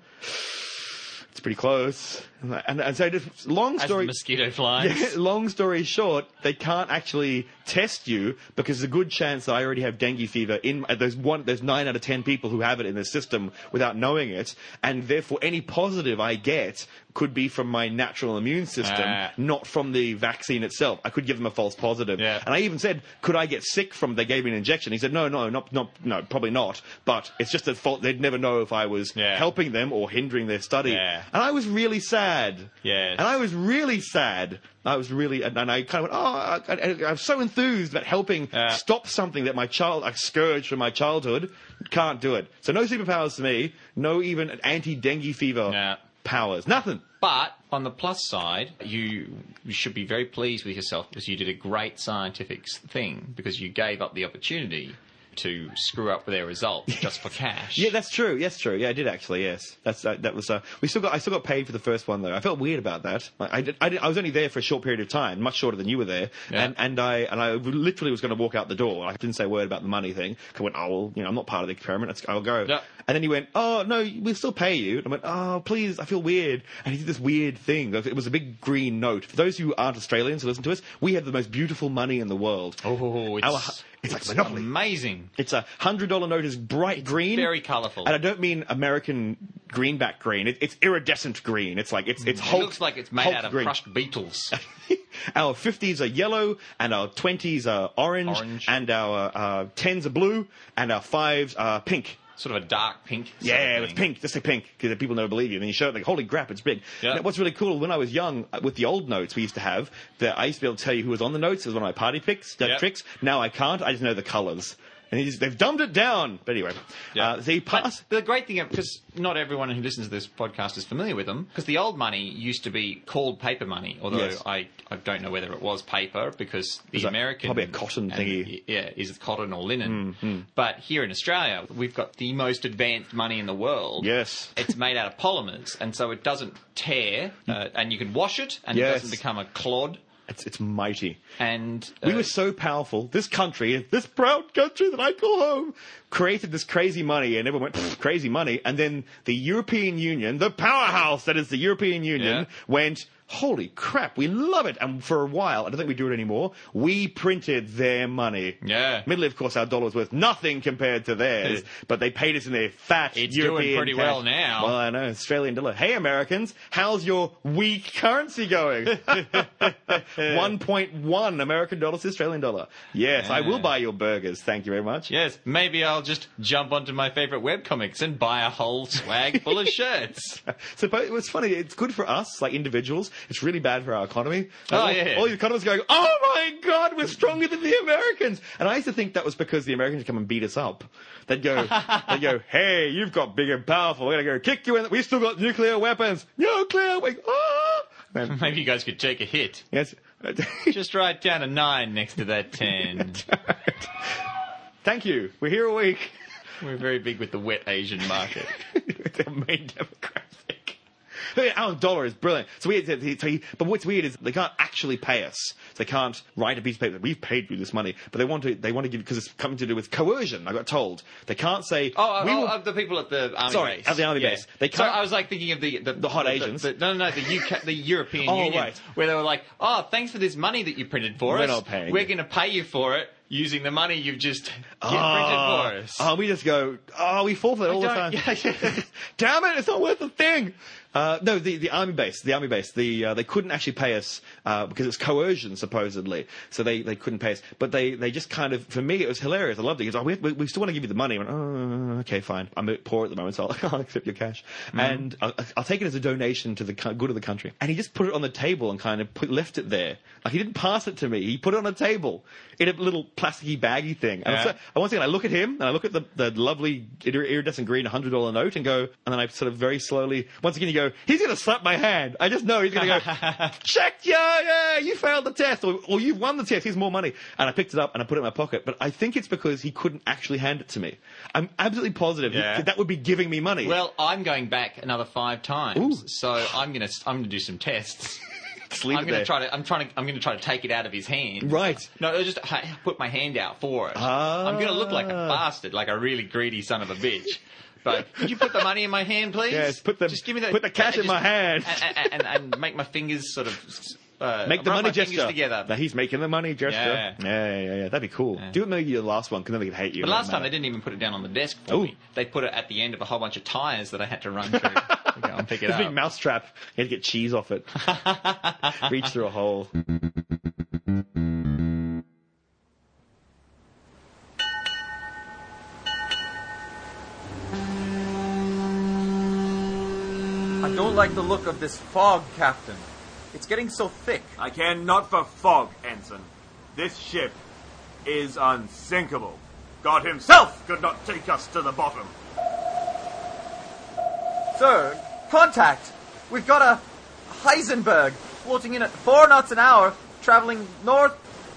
[SPEAKER 2] It's pretty close. And, and, and so, just, long
[SPEAKER 1] As the
[SPEAKER 2] story.
[SPEAKER 1] mosquito flies.
[SPEAKER 2] Long story short, they can't actually test you because there's a good chance that I already have dengue fever. In uh, there's one, there's nine out of ten people who have it in the system without knowing it, and therefore any positive I get could be from my natural immune system,
[SPEAKER 1] Ah.
[SPEAKER 2] not from the vaccine itself. I could give them a false positive.
[SPEAKER 1] Yeah.
[SPEAKER 2] And I even said, could I get sick from? They gave me an injection. He said, no, no, not, not, no, probably not. But it's just a fault. They'd never know if I was
[SPEAKER 1] Yeah.
[SPEAKER 2] helping them or hindering their study.
[SPEAKER 1] Yeah.
[SPEAKER 2] And I was really sad.
[SPEAKER 1] Yes.
[SPEAKER 2] And I was really sad. I was really, and, and I kind of went, oh, I, I, I'm so enthused about helping
[SPEAKER 1] Yeah.
[SPEAKER 2] stop something that my child, a scourge from my childhood, can't do it. So no superpowers to me, no even anti-dengue fever
[SPEAKER 1] Yeah.
[SPEAKER 2] powers, nothing.
[SPEAKER 1] But on the plus side, you you should be very pleased with yourself because you did a great scientific s- thing because you gave up the opportunity to screw up their results just for cash.
[SPEAKER 2] Yeah, that's true. Yes, true. Yeah, I did actually. Yes, that's uh, that was. Uh, we still got. I still got paid for the first one though. I felt weird about that. Like, I, did, I, did, I was only there for a short period of time, much shorter than you were there.
[SPEAKER 1] Yeah.
[SPEAKER 2] And and I and I literally was going to walk out the door. I didn't say a word about the money thing. 'cause I went, oh well, you know, I'm not part of the experiment. It's- I'll go.
[SPEAKER 1] Yeah.
[SPEAKER 2] And then he went, oh no, we'll still pay you. And I went, oh please, I feel weird. And he did this weird thing. It was a big green note. For those who aren't Australians who listen to us, we have the most beautiful money in the world.
[SPEAKER 1] Oh, it's,
[SPEAKER 2] Our hu- it's like Monopoly.
[SPEAKER 1] amazing.
[SPEAKER 2] It's a hundred dollar note is bright green,
[SPEAKER 1] Very colourful.
[SPEAKER 2] and I don't mean American greenback green. It, it's iridescent green. It's like it's it's
[SPEAKER 1] It
[SPEAKER 2] Hulk,
[SPEAKER 1] looks like it's made
[SPEAKER 2] Hulk
[SPEAKER 1] out of
[SPEAKER 2] green.
[SPEAKER 1] crushed beetles.
[SPEAKER 2] our fifties are yellow, and our twenties are orange,
[SPEAKER 1] Orange.
[SPEAKER 2] and our uh, tens are blue, and our fives are pink.
[SPEAKER 1] sort of a dark pink. sort
[SPEAKER 2] Yeah,
[SPEAKER 1] of
[SPEAKER 2] it's
[SPEAKER 1] thing.
[SPEAKER 2] pink. Just say pink because people never believe you. And then you show it, like, holy crap, it's big.
[SPEAKER 1] Yeah.
[SPEAKER 2] Now, what's really cool, when I was young, uh, with the old notes we used to have, that I used to be able to tell you who was on the notes. It was one of my party picks, uh,
[SPEAKER 1] Yeah.
[SPEAKER 2] tricks. Now I can't. I just know the colours. And he just, they've dumbed it down. But anyway,
[SPEAKER 1] Yeah.
[SPEAKER 2] uh, so you
[SPEAKER 1] But
[SPEAKER 2] pass.
[SPEAKER 1] the great thing, because not everyone who listens to this podcast is familiar with them, because the old money used to be called paper money, although
[SPEAKER 2] Yes.
[SPEAKER 1] I, I don't know whether it was paper, because the
[SPEAKER 2] was like
[SPEAKER 1] American.
[SPEAKER 2] probably a cotton
[SPEAKER 1] and-
[SPEAKER 2] thingy. Mm,
[SPEAKER 1] Yeah, is it cotton or linen. But here in Australia, we've got the most advanced money in the world.
[SPEAKER 2] Yes.
[SPEAKER 1] It's made out of polymers, and so it doesn't tear, uh, and you can wash it, and
[SPEAKER 2] Mm. Yes.
[SPEAKER 1] it doesn't become a clod.
[SPEAKER 2] It's, it's mighty.
[SPEAKER 1] And
[SPEAKER 2] We
[SPEAKER 1] uh,
[SPEAKER 2] were so powerful. This country, this proud country that I call home, created this crazy money, and everyone went "Pfft, crazy money. And then the European Union, the powerhouse that is the European Union,
[SPEAKER 1] Yeah.
[SPEAKER 2] went. holy crap, we love it. And for a while, I don't think we do it anymore, we printed their money.
[SPEAKER 1] Yeah.
[SPEAKER 2] Admittedly, of course, our dollar was worth nothing compared to theirs, but they paid us in their fat
[SPEAKER 1] It's doing
[SPEAKER 2] European
[SPEAKER 1] pretty
[SPEAKER 2] cash.
[SPEAKER 1] well now.
[SPEAKER 2] Well, I know, Australian dollar. Hey, Americans, how's your weak currency going? 1.1 American dollars to Australian dollar. Yes, I will buy your burgers. Thank you very much.
[SPEAKER 1] Yes, maybe I'll just jump onto my favorite webcomics and buy a whole swag full of shirts.
[SPEAKER 2] Suppose it's funny. It's good for us, like individuals. It's really bad for our economy.
[SPEAKER 1] Oh,
[SPEAKER 2] all,
[SPEAKER 1] yeah.
[SPEAKER 2] all the economists going, "Oh my God, we're stronger than the Americans." And I used to think that was because the Americans would come and beat us up. They'd go, "They'd go, hey, you've got big and powerful. We're gonna go kick you in. We still got nuclear weapons. Nuclear, we ah." Then,
[SPEAKER 1] Maybe you guys could take a hit.
[SPEAKER 2] yes.
[SPEAKER 1] Just write down a nine next to that ten.
[SPEAKER 2] Thank you. We're here a week.
[SPEAKER 1] We're very big with the wet Asian market.
[SPEAKER 2] Their main demographic. Yeah, Our dollar is brilliant. So we, so he, but what's weird is they can't actually pay us. So they can't write a piece of paper. We've paid you this money, but they want to. They want to give because it's coming to do with coercion. I got told they can't say.
[SPEAKER 1] Oh,
[SPEAKER 2] we
[SPEAKER 1] oh,
[SPEAKER 2] will-
[SPEAKER 1] of the people at the army
[SPEAKER 2] Sorry,
[SPEAKER 1] base.
[SPEAKER 2] at the army base. They
[SPEAKER 1] so
[SPEAKER 2] can't-
[SPEAKER 1] I was like thinking of the the,
[SPEAKER 2] The hot Asians.
[SPEAKER 1] the- no, no, no, the UK, the European
[SPEAKER 2] Oh,
[SPEAKER 1] Union,
[SPEAKER 2] right.
[SPEAKER 1] where they were like, "Oh, thanks for this money that you printed for
[SPEAKER 2] We're
[SPEAKER 1] us.
[SPEAKER 2] not paying
[SPEAKER 1] We're
[SPEAKER 2] you."
[SPEAKER 1] going to pay you for it using the money you've just you
[SPEAKER 2] Ah,
[SPEAKER 1] printed for us."
[SPEAKER 2] ah, we just go. Oh, we fall for that all the time.
[SPEAKER 1] don't- yeah.
[SPEAKER 2] Damn it! It's not worth a thing. Uh, no, the, the army base, the army base, the uh, they couldn't actually pay us uh, because it's coercion supposedly, so they, they couldn't pay us. But they, they just kind of for me it was hilarious. I loved it because oh, we, we we still want to give you the money. I went, oh, okay, fine. I'm a bit poor at the moment, so I'll, I'll accept your cash
[SPEAKER 1] Mm-hmm.
[SPEAKER 2] and I'll, I'll take it as a donation to the co- good of the country. And he just put it on the table and kind of put, left it there. Like he didn't pass it to me. He put it on a table in a little plasticky baggy thing. And
[SPEAKER 1] Yeah.
[SPEAKER 2] so- and once again, I look at him and I look at the, the lovely irid- iridescent green hundred dollar note and go, and then I sort of very slowly, once again, you go, he's going to slap my hand. I just know he's going to go, check yeah, yeah, you failed the test or, or you've won the test. Here's more money. And I picked it up and I put it in my pocket. But I think it's because he couldn't actually hand it to me. I'm absolutely positive he-
[SPEAKER 1] Yeah.
[SPEAKER 2] that would be giving me money.
[SPEAKER 1] Well, I'm going back another five times,
[SPEAKER 2] Ooh.
[SPEAKER 1] so I'm gonna I'm gonna do some tests.
[SPEAKER 2] Just leave
[SPEAKER 1] I'm
[SPEAKER 2] it
[SPEAKER 1] gonna
[SPEAKER 2] there.
[SPEAKER 1] try to I'm trying to I'm gonna try to take it out of his hand.
[SPEAKER 2] Right.
[SPEAKER 1] No, I just ha- put my hand out for it.
[SPEAKER 2] Ah.
[SPEAKER 1] I'm gonna look like a bastard, like a really greedy son of a bitch. But could you put the money in my hand, please?
[SPEAKER 2] Yes, put the-
[SPEAKER 1] just give me the,
[SPEAKER 2] put the cash
[SPEAKER 1] and
[SPEAKER 2] in my hand.
[SPEAKER 1] and, and, and, and make my fingers sort of uh,
[SPEAKER 2] Make the
[SPEAKER 1] rub
[SPEAKER 2] money
[SPEAKER 1] my fingers
[SPEAKER 2] gesture.
[SPEAKER 1] together.
[SPEAKER 2] Now he's making the money gesture.
[SPEAKER 1] Yeah.
[SPEAKER 2] yeah, yeah. yeah. That'd be cool. Do it maybe your last one because then they could hate you.
[SPEAKER 1] But
[SPEAKER 2] It
[SPEAKER 1] last time
[SPEAKER 2] doesn't
[SPEAKER 1] they
[SPEAKER 2] matter.
[SPEAKER 1] didn't even put it down on the desk for
[SPEAKER 2] Ooh.
[SPEAKER 1] me. They put it at the end of a whole bunch of tires that I had to run through. to go and pick it
[SPEAKER 2] It's
[SPEAKER 1] up.
[SPEAKER 2] a big mousetrap. You had to get cheese off it. Reach through a hole.
[SPEAKER 4] I don't like the look of this fog, Captain. It's getting so thick.
[SPEAKER 5] I can not for fog, Ensign. This ship is unsinkable. God himself could not take us to the bottom.
[SPEAKER 4] Sir, contact! We've got a Heisenberg floating in at four knots an hour, traveling north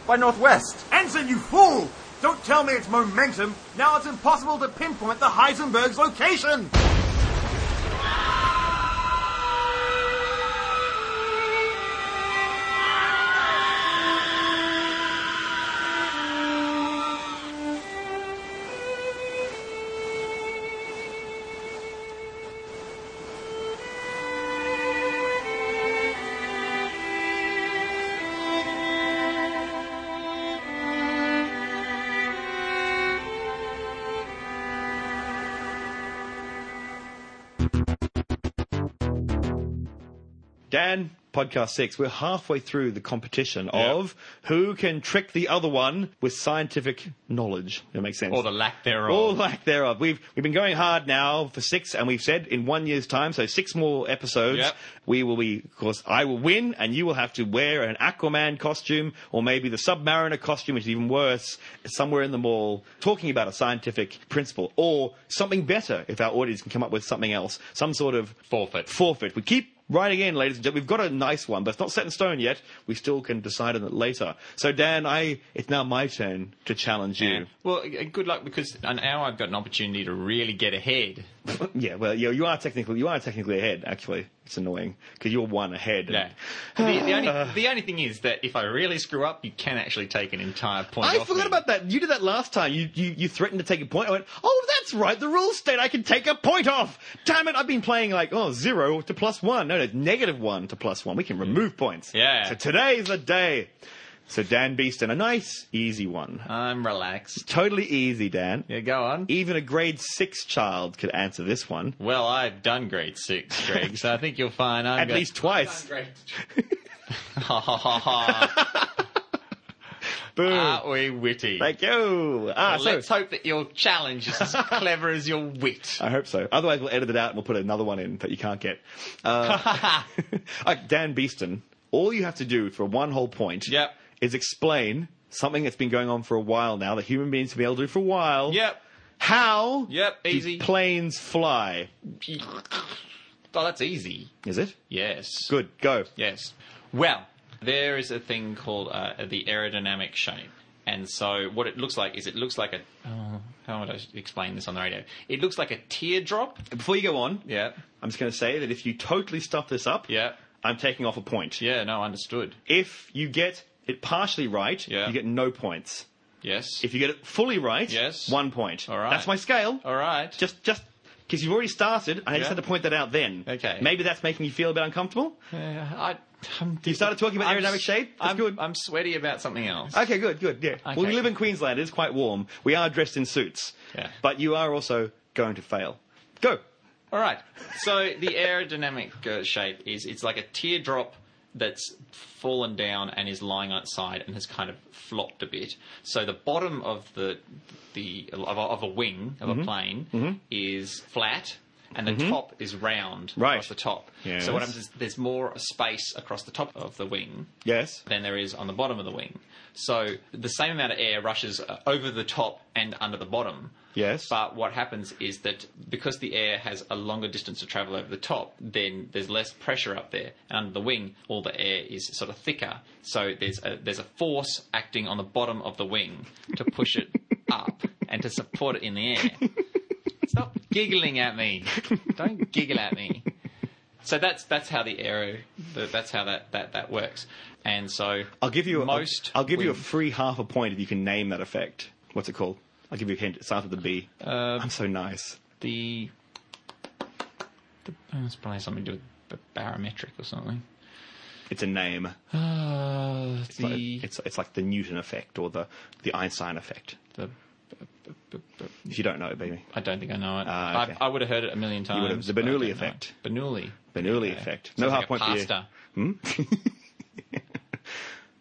[SPEAKER 4] by northwest.
[SPEAKER 5] Ensign, you fool! Don't tell me it's momentum. Now it's impossible to pinpoint the Heisenberg's location.
[SPEAKER 2] Dan, podcast six. We're halfway through the competition of who can trick the other one with scientific knowledge. That makes sense.
[SPEAKER 1] Or the lack thereof.
[SPEAKER 2] All lack thereof. We've we've been going hard now for six, and we've said in one year's time, so six more episodes,
[SPEAKER 1] Yep.
[SPEAKER 2] we will be. Of course, I will win, and you will have to wear an Aquaman costume, or maybe the Submariner costume, which is even worse, somewhere in the mall, talking about a scientific principle or something better. If our audience can come up with something else, some sort of
[SPEAKER 1] Forfeit.
[SPEAKER 2] forfeit. We keep writing in, ladies and gentlemen. We've got a nice one, but it's not set in stone yet. We still can decide on it later. So, Dan, I it's now my turn to challenge you.
[SPEAKER 1] Well, uh, good luck because now I've got an opportunity to really get ahead.
[SPEAKER 2] Yeah, well, you, you are technically you are technically ahead. Actually, it's annoying because you're one ahead. and-
[SPEAKER 1] Yeah. The, the, only, the only thing is that if I really screw up, you can actually take an entire point.
[SPEAKER 2] I
[SPEAKER 1] off
[SPEAKER 2] forgot
[SPEAKER 1] me.
[SPEAKER 2] about that. You did that last time. You, you you threatened to take a point. I went, oh, that's right. The rules state I can take a point off. Damn it! I've been playing like oh zero to plus one. No, no, negative one to plus one. We can remove points.
[SPEAKER 1] Hmm. Yeah.
[SPEAKER 2] So today's the day. So Dan Beeston, a nice easy one.
[SPEAKER 1] I'm relaxed.
[SPEAKER 2] Totally easy, Dan.
[SPEAKER 1] Yeah, go on.
[SPEAKER 2] Even a grade six child could answer this one
[SPEAKER 1] Well, I've done grade six, Greg, so I think you're fine. I'm
[SPEAKER 2] at
[SPEAKER 1] go-
[SPEAKER 2] least twice.
[SPEAKER 1] Ha ha ha ha.
[SPEAKER 2] Boom.
[SPEAKER 1] Aren't we witty?
[SPEAKER 2] Thank you. Ah,
[SPEAKER 1] Well,
[SPEAKER 2] so-
[SPEAKER 1] let's hope that your challenge is as clever as your wit.
[SPEAKER 2] I hope so. Otherwise, we'll edit it out and we'll put another one in that you can't get. Uh, like Dan Beeston, all you have to do for one whole point
[SPEAKER 1] Yep.
[SPEAKER 2] is explain something that's been going on for a while now that human beings have been able to do for a while.
[SPEAKER 1] Yep.
[SPEAKER 2] How
[SPEAKER 1] Yep,
[SPEAKER 2] do
[SPEAKER 1] easy.
[SPEAKER 2] planes fly?
[SPEAKER 1] Oh, that's easy.
[SPEAKER 2] Is it?
[SPEAKER 1] Yes.
[SPEAKER 2] Good, go.
[SPEAKER 1] Yes. Well, there is a thing called uh, the aerodynamic shape. And so what it looks like is it looks like a. Oh, how would I explain this on the radio? It looks like a teardrop.
[SPEAKER 2] Before you go on,
[SPEAKER 1] Yeah.
[SPEAKER 2] I'm just going to say that if you totally stuff this up,
[SPEAKER 1] Yeah.
[SPEAKER 2] I'm taking off a point.
[SPEAKER 1] Yeah, no, understood.
[SPEAKER 2] If you get it partially right,
[SPEAKER 1] Yeah.
[SPEAKER 2] you get no points.
[SPEAKER 1] Yes.
[SPEAKER 2] If you get it fully right,
[SPEAKER 1] Yes.
[SPEAKER 2] one point.
[SPEAKER 1] All right.
[SPEAKER 2] That's my scale.
[SPEAKER 1] All right.
[SPEAKER 2] Just, just because you've already started, I just
[SPEAKER 1] Yeah.
[SPEAKER 2] had to point that out. Then,
[SPEAKER 1] Okay.
[SPEAKER 2] maybe that's making you feel a bit uncomfortable.
[SPEAKER 1] Uh, I, I'm,
[SPEAKER 2] You started talking about
[SPEAKER 1] I'm
[SPEAKER 2] aerodynamic
[SPEAKER 1] s-
[SPEAKER 2] shape. That's
[SPEAKER 1] I'm,
[SPEAKER 2] good.
[SPEAKER 1] I'm sweaty about something else.
[SPEAKER 2] okay, good, good. Yeah. Well, we
[SPEAKER 1] Okay.
[SPEAKER 2] live in Queensland. It is quite warm. We are dressed in suits.
[SPEAKER 1] Yeah.
[SPEAKER 2] But you are also going to fail. Go.
[SPEAKER 1] All right. So the aerodynamic uh, shape is it's like a teardrop that's fallen down and is lying on its side and has kind of flopped a bit. So the bottom of the the of a, of a wing of
[SPEAKER 2] Mm-hmm.
[SPEAKER 1] a plane is flat. And the top is round
[SPEAKER 2] Right.
[SPEAKER 1] across the top.
[SPEAKER 2] Yes.
[SPEAKER 1] So what happens is there's more space across the top of the wing
[SPEAKER 2] Yes.
[SPEAKER 1] than there is on the bottom of the wing. So the same amount of air rushes uh, over the top and under the bottom.
[SPEAKER 2] Yes.
[SPEAKER 1] But what happens is that because the air has a longer distance to travel over the top, then there's less pressure up there. And under the wing, all the air is sort of thicker. So there's a, there's a force acting on the bottom of the wing to push it up and to support it in the air. Stop giggling at me. Don't giggle at me. So that's that's how the aero that- that's how that, that, that works. And so
[SPEAKER 2] I'll give you. A,
[SPEAKER 1] most.
[SPEAKER 2] I'll, I'll give you a
[SPEAKER 1] wins.
[SPEAKER 2] free half a point if you can name that effect. What's it called? I'll give you a hint. It starts with a B.
[SPEAKER 1] Um,
[SPEAKER 2] I'm so nice.
[SPEAKER 1] the. the oh, it's probably something to do with b- barometric or something.
[SPEAKER 2] It's a name.
[SPEAKER 1] Uh,
[SPEAKER 2] It's, like,
[SPEAKER 1] the,
[SPEAKER 2] it's, it's like the Newton effect or the, the Einstein effect.
[SPEAKER 1] the, b- b- b-
[SPEAKER 2] If you don't know it, baby.
[SPEAKER 1] I don't think I know it.
[SPEAKER 2] Ah, okay.
[SPEAKER 1] I, I would have heard it a million times.
[SPEAKER 2] would've- the
[SPEAKER 1] but I
[SPEAKER 2] Bernoulli
[SPEAKER 1] don't know it.
[SPEAKER 2] effect.
[SPEAKER 1] Bernoulli.
[SPEAKER 2] Bernoulli effect. No
[SPEAKER 1] Sounds
[SPEAKER 2] half
[SPEAKER 1] like a
[SPEAKER 2] point for you.
[SPEAKER 1] pasta.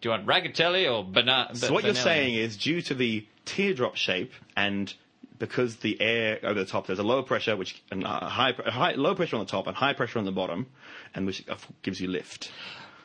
[SPEAKER 1] do you want raggatelli or banana?
[SPEAKER 2] So what you're saying is, due to the teardrop shape and because the air over the top, there's a lower pressure, which and a high, a high low pressure on the top and high pressure on the bottom, and which gives you lift.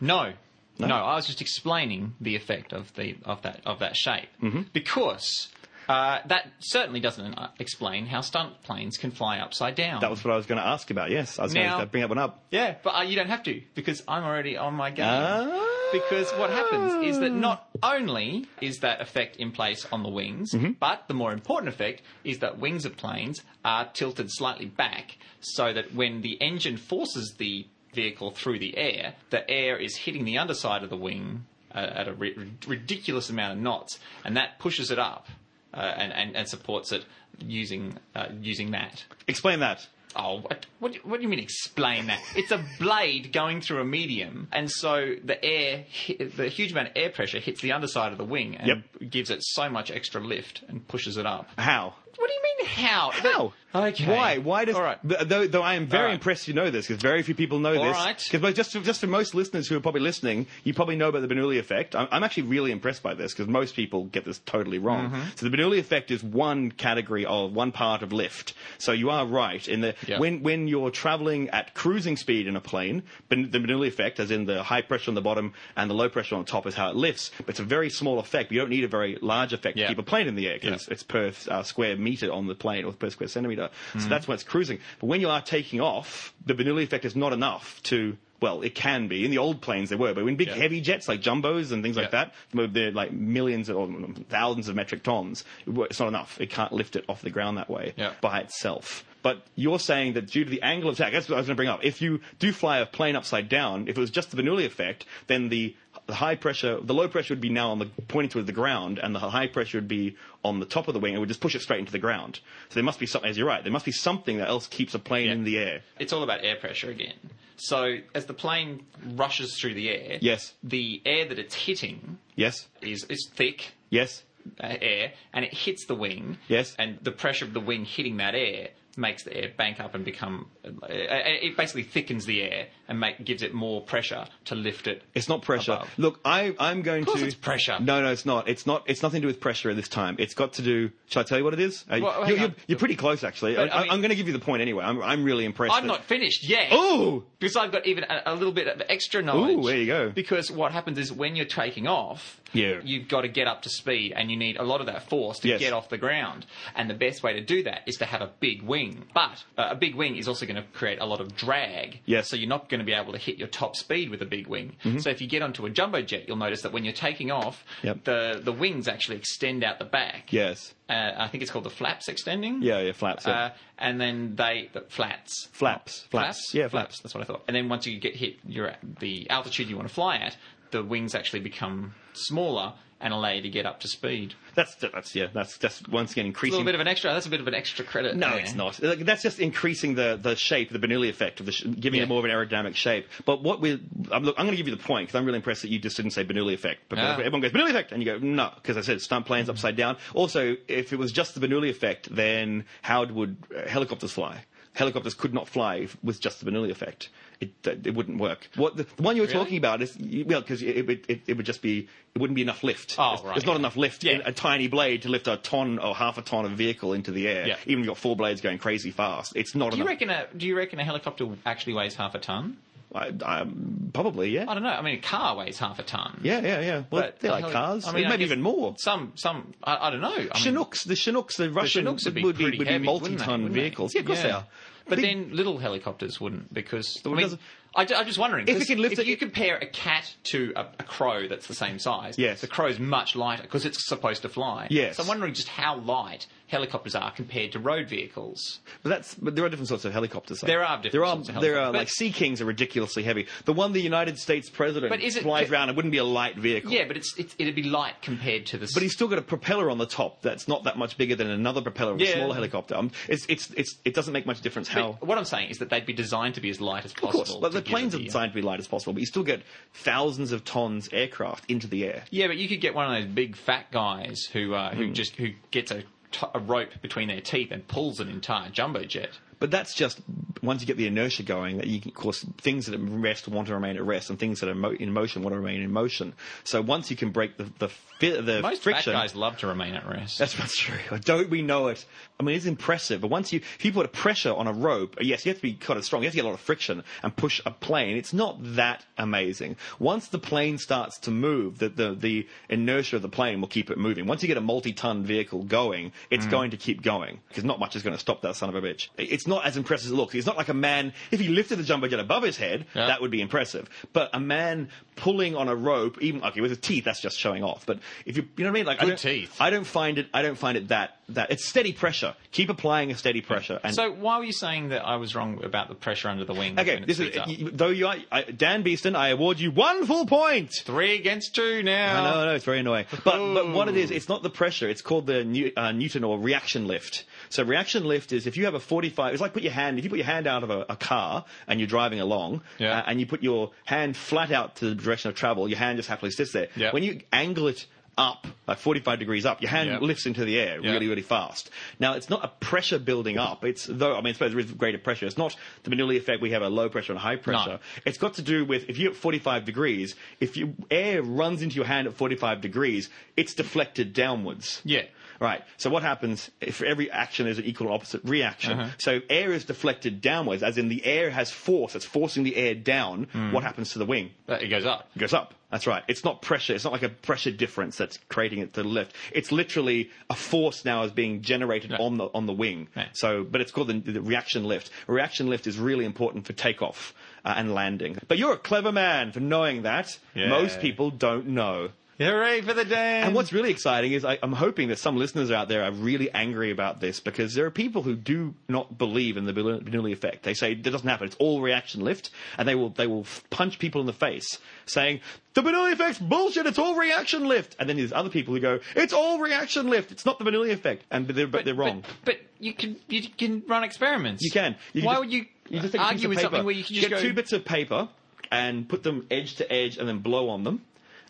[SPEAKER 1] No. No, I was just explaining the effect of the of that of that shape
[SPEAKER 2] Mm-hmm.
[SPEAKER 1] because uh, that certainly doesn't uh, explain how stunt planes can fly upside down.
[SPEAKER 2] That was what I was going to ask about. Yes, I was going
[SPEAKER 1] Now-
[SPEAKER 2] to bring that one up.
[SPEAKER 1] yeah, but uh, you don't have to because I'm already on my game.
[SPEAKER 2] Ah.
[SPEAKER 1] Because what happens is that not only is that effect in place on the wings, but the more important effect is that wings of planes are tilted slightly back so that when the engine forces the vehicle through the air, the air is hitting the underside of the wing uh, at a ri- ridiculous amount of knots, and that pushes it up uh, and, and, and supports it using, uh, using that.
[SPEAKER 2] Explain that.
[SPEAKER 1] Oh, what, what, do- what do you mean explain that? It's a blade going through a medium, and so the air, hi- the huge amount of air pressure hits the underside of the wing and
[SPEAKER 2] Yep.
[SPEAKER 1] gives it so much extra lift and pushes it up.
[SPEAKER 2] How?
[SPEAKER 1] What do you mean how?
[SPEAKER 2] How?
[SPEAKER 1] Okay.
[SPEAKER 2] Why? Why does?
[SPEAKER 1] All right.
[SPEAKER 2] th- though, though I am very
[SPEAKER 1] All right.
[SPEAKER 2] impressed you know this because very few people know
[SPEAKER 1] All
[SPEAKER 2] this.
[SPEAKER 1] right.
[SPEAKER 2] Because just for, just for most listeners who are probably listening, you probably know about the Bernoulli effect. I'm, I'm actually really impressed by this because most people get this totally wrong.
[SPEAKER 1] Mm-hmm.
[SPEAKER 2] So the Bernoulli effect is one category of one part of lift. So you are right in the
[SPEAKER 1] Yeah.
[SPEAKER 2] when when you're traveling at cruising speed in a plane, ben, the Bernoulli effect, as in the high pressure on the bottom and the low pressure on the top, is how it lifts. But it's a very small effect. You don't need a very large effect
[SPEAKER 1] Yeah.
[SPEAKER 2] to keep a plane in the air 'cause
[SPEAKER 1] Yeah.
[SPEAKER 2] it's- it's per uh, square meter on the plane or per square centimeter.
[SPEAKER 1] Mm-hmm.
[SPEAKER 2] So that's when it's cruising. But when you are taking off, the Bernoulli effect is not enough to. Well, it can be. In the old planes, there were, but in big
[SPEAKER 1] Yeah.
[SPEAKER 2] heavy jets like jumbos and things like
[SPEAKER 1] Yeah.
[SPEAKER 2] that, where they're like millions or thousands of metric tons. It's not enough. It can't lift it off the ground that way
[SPEAKER 1] Yeah.
[SPEAKER 2] by itself. But you're saying that due to the angle of attack, that's what I was going to bring up. If you do fly a plane upside down, if it was just the Bernoulli effect, then the the high pressure, the low pressure would be now on the pointing towards the ground, and the high pressure would be on the top of the wing, and would just push it straight into the ground. So there must be something. As you're right, there must be something that else keeps a plane
[SPEAKER 1] Yeah.
[SPEAKER 2] in the air.
[SPEAKER 1] It's all about air pressure again. So as the plane rushes through the air,
[SPEAKER 2] Yes.
[SPEAKER 1] the air that it's hitting
[SPEAKER 2] Yes,
[SPEAKER 1] is is thick
[SPEAKER 2] yes,
[SPEAKER 1] uh, air, and it hits the wing.
[SPEAKER 2] Yes.
[SPEAKER 1] and the pressure of the wing hitting that air makes the air bank up and become. Uh, uh, it basically thickens the air and make, gives it more pressure to lift it.
[SPEAKER 2] It's not pressure.
[SPEAKER 1] Above.
[SPEAKER 2] Look, I, I'm going
[SPEAKER 1] Of course
[SPEAKER 2] to.
[SPEAKER 1] it's pressure.
[SPEAKER 2] No, no, it's not. It's not. It's nothing to do with pressure at this time. It's got to do. Shall I tell you what it is? Uh,
[SPEAKER 1] Well, hang
[SPEAKER 2] you, are
[SPEAKER 1] on.
[SPEAKER 2] you're pretty close, actually.
[SPEAKER 1] But, I
[SPEAKER 2] I,
[SPEAKER 1] mean-
[SPEAKER 2] am going to give you the point anyway. I'm, I'm really impressed.
[SPEAKER 1] I'm
[SPEAKER 2] that-
[SPEAKER 1] not finished yet.
[SPEAKER 2] Oh!
[SPEAKER 1] Because I've got even a, a little bit of extra knowledge.
[SPEAKER 2] Ooh, there you go.
[SPEAKER 1] Because what happens is when you're taking off,
[SPEAKER 2] Yeah.
[SPEAKER 1] you've got to get up to speed and you need a lot of that force to
[SPEAKER 2] Yes.
[SPEAKER 1] get off the ground. And the best way to do that is to have a big wing. But uh, a big wing is also going to create a lot of drag.
[SPEAKER 2] Yes. Mm-hmm.
[SPEAKER 1] So you're not going to be able to hit your top speed with a big wing. So if you get onto a jumbo jet, you'll notice that when you're taking off,
[SPEAKER 2] Yep.
[SPEAKER 1] the, the wings actually extend out the back.
[SPEAKER 2] Yes.
[SPEAKER 1] Uh, I think it's called the flaps extending.
[SPEAKER 2] Yeah, yeah, flaps. yeah.
[SPEAKER 1] Uh, and then they the flats.
[SPEAKER 2] Flaps, flaps. Yeah, flaps.
[SPEAKER 1] That's what I thought. And then once you get hit, you're at the altitude you want to fly at. The wings actually become smaller and allow you to get up to speed.
[SPEAKER 2] that's that's yeah. That's that's once again
[SPEAKER 1] A little
[SPEAKER 2] increasing.
[SPEAKER 1] bit of an extra. That's a bit of an extra credit.
[SPEAKER 2] no,
[SPEAKER 1] there.
[SPEAKER 2] it's not. Look, That's just increasing the, the shape, the Bernoulli effect of the sh- giving
[SPEAKER 1] Yeah.
[SPEAKER 2] it more of an aerodynamic shape. But what we, I'm, look, I'm going to give you the point because I'm really impressed that you just didn't say Bernoulli effect. Because
[SPEAKER 1] Ah.
[SPEAKER 2] everyone goes Bernoulli effect, and you go no, because I said stunt planes upside down. Also, if it was just the Bernoulli effect, then how would uh, helicopters fly? Helicopters could not fly if, with just the Bernoulli effect. It, that- it wouldn't work. What the, the one you were
[SPEAKER 1] Really?
[SPEAKER 2] talking about is you- well, because it, it, it, it would just be it wouldn't be enough lift.
[SPEAKER 1] Oh,
[SPEAKER 2] It's-
[SPEAKER 1] right,
[SPEAKER 2] There's not
[SPEAKER 1] yeah.
[SPEAKER 2] enough lift
[SPEAKER 1] Yeah.
[SPEAKER 2] in a tiny blade to lift a ton or half a ton of vehicle into the air.
[SPEAKER 1] Yeah.
[SPEAKER 2] Even if you've got four blades going crazy fast, it's not
[SPEAKER 1] Do you
[SPEAKER 2] enough.
[SPEAKER 1] reckon a Do you reckon a helicopter actually weighs half a ton?
[SPEAKER 2] I, I, probably, yeah.
[SPEAKER 1] I don't know. I mean, a car weighs half a ton.
[SPEAKER 2] Yeah, yeah, yeah. Well,
[SPEAKER 1] But
[SPEAKER 2] they're
[SPEAKER 1] a
[SPEAKER 2] like
[SPEAKER 1] heli-
[SPEAKER 2] cars.
[SPEAKER 1] I mean, I
[SPEAKER 2] maybe
[SPEAKER 1] guess
[SPEAKER 2] even more.
[SPEAKER 1] Some, some. I, I don't know. I mean,
[SPEAKER 2] Chinooks, the Chinooks, the
[SPEAKER 1] the
[SPEAKER 2] Russian
[SPEAKER 1] Chinooks would be
[SPEAKER 2] would be,
[SPEAKER 1] pretty
[SPEAKER 2] would be
[SPEAKER 1] heavy, wouldn't they?
[SPEAKER 2] multi-ton
[SPEAKER 1] Wouldn't they?
[SPEAKER 2] vehicles. Yeah, of course they are.
[SPEAKER 1] But
[SPEAKER 2] Big-
[SPEAKER 1] then little helicopters wouldn't because I
[SPEAKER 2] it
[SPEAKER 1] mean,
[SPEAKER 2] doesn't-
[SPEAKER 1] I, am just wondering
[SPEAKER 2] If it
[SPEAKER 1] 'cause
[SPEAKER 2] can lift
[SPEAKER 1] if
[SPEAKER 2] it-
[SPEAKER 1] you compare a cat to a, a crow that's the same size,
[SPEAKER 2] Yes.
[SPEAKER 1] the crow's much lighter because it's supposed to fly.
[SPEAKER 2] Yes.
[SPEAKER 1] so I'm wondering just how light helicopters are compared to road vehicles.
[SPEAKER 2] But that's but there are different sorts of helicopters. though.
[SPEAKER 1] There are different
[SPEAKER 2] there are,
[SPEAKER 1] sorts of
[SPEAKER 2] There are
[SPEAKER 1] helicopters, but-
[SPEAKER 2] like Sea Kings are ridiculously heavy. The one the United States president
[SPEAKER 1] But is it-
[SPEAKER 2] flies around, it wouldn't be a light vehicle.
[SPEAKER 1] Yeah, but it's, it's it'd be light compared to the.
[SPEAKER 2] But he's still got a propeller on the top that's not that much bigger than another propeller of a
[SPEAKER 1] Yeah.
[SPEAKER 2] smaller helicopter. Um, it's, it's, it's, it doesn't make much difference how.
[SPEAKER 1] But what I'm saying is that they'd be designed to be as light as
[SPEAKER 2] Of
[SPEAKER 1] possible.
[SPEAKER 2] course, but
[SPEAKER 1] to
[SPEAKER 2] the
[SPEAKER 1] give
[SPEAKER 2] planes
[SPEAKER 1] it
[SPEAKER 2] are
[SPEAKER 1] the- uh,
[SPEAKER 2] designed to be light as possible, but you still get thousands of tons aircraft into the air.
[SPEAKER 1] Yeah, but you could get one of those big fat guys who uh,
[SPEAKER 2] Hmm.
[SPEAKER 1] who just who gets a, t- a rope between their teeth and pulls an entire jumbo jet.
[SPEAKER 2] But that's just once you get the inertia going, that you can, of course, things that are at rest want to remain at rest, and things that are mo- in motion want to remain in motion. So once you can break the the, fi- the
[SPEAKER 1] Most
[SPEAKER 2] friction,
[SPEAKER 1] fat guys love to remain at rest.
[SPEAKER 2] That's what's true. Don't we know it? I mean, it's impressive. But once you, if you put a pressure on a rope, yes, you have to be kind of strong. You have to get a lot of friction and push a plane. It's not that amazing. Once the plane starts to move, the, the, the inertia of the plane will keep it moving. Once you get a multi-ton vehicle going,
[SPEAKER 1] Mm.
[SPEAKER 2] it's going to keep going because not much is going to stop that son of a bitch. It's not as impressive as it looks. It's not like a man, if he lifted the jumbo jet above his head,
[SPEAKER 1] Yeah.
[SPEAKER 2] that would be impressive. But a man pulling on a rope, even, okay, with his teeth, that's just showing off. But if you, you know what I mean? Like, I
[SPEAKER 1] Good
[SPEAKER 2] don't-
[SPEAKER 1] teeth.
[SPEAKER 2] I don't find it. I don't find it that that it's steady pressure. Keep applying a steady pressure. And
[SPEAKER 1] so why were you saying that I was wrong about the pressure under the wing?
[SPEAKER 2] okay,
[SPEAKER 1] when it
[SPEAKER 2] this is
[SPEAKER 1] speeds up?
[SPEAKER 2] you- though you are I, Dan Beeston. I award you one full point.
[SPEAKER 1] three against two
[SPEAKER 2] I
[SPEAKER 1] now.
[SPEAKER 2] know, I know, it's very annoying. But but what it is, it's not the pressure. It's called the new, uh, Newton or reaction lift. So reaction lift is if you have a forty-five. It's like put your hand. If you put your hand out of a, a car and you're driving along,
[SPEAKER 1] Yeah.
[SPEAKER 2] uh, and you put your hand flat out to the direction of travel, your hand just happily sits there.
[SPEAKER 1] Yeah.
[SPEAKER 2] When you angle it. Up, like 45 degrees up, your hand
[SPEAKER 1] Yeah.
[SPEAKER 2] lifts into the air
[SPEAKER 1] Yeah.
[SPEAKER 2] really, really fast. Now, it's not a pressure building up. It's though, I mean, I suppose there is greater pressure. It's not the Bernoulli effect. We have a low pressure and high pressure. It's got to do with if you're at 45 degrees, if you, air runs into your hand at 45 degrees, it's deflected downwards.
[SPEAKER 1] Yeah.
[SPEAKER 2] Right. So what happens if every action is an equal and opposite reaction? So air is deflected downwards, as in the air has force. It's forcing the air down. What happens to the wing?
[SPEAKER 1] But it goes up.
[SPEAKER 2] It goes up. That's right. It's not pressure. It's not like a pressure difference that's creating it to the lift. It's literally a force now is being generated on the on the wing.
[SPEAKER 1] Yeah.
[SPEAKER 2] So, but it's called the, the reaction lift. Reaction lift is really important for takeoff uh, and landing. But you're a clever man for knowing that.
[SPEAKER 1] Yeah.
[SPEAKER 2] Most people don't know.
[SPEAKER 1] Hooray for the day!
[SPEAKER 2] And what's really exciting is I, I'm hoping that some listeners out there are really angry about this because there are people who do not believe in the Bernoulli Bernoulli effect. They say it doesn't happen; it's all reaction lift, and they will they will f- punch people in the face saying the Bernoulli effect's bullshit. It's all reaction lift. And then there's other people who go, "It's all reaction lift. It's not the Bernoulli effect," and they're, but, they're wrong.
[SPEAKER 1] But, you can you can run experiments.
[SPEAKER 2] You can. You can
[SPEAKER 1] Why
[SPEAKER 2] just-
[SPEAKER 1] would you,
[SPEAKER 2] you just take a piece
[SPEAKER 1] argue
[SPEAKER 2] of
[SPEAKER 1] with
[SPEAKER 2] paper,
[SPEAKER 1] something where you can just
[SPEAKER 2] get
[SPEAKER 1] go?
[SPEAKER 2] two bits of paper and put them edge to edge and then blow on them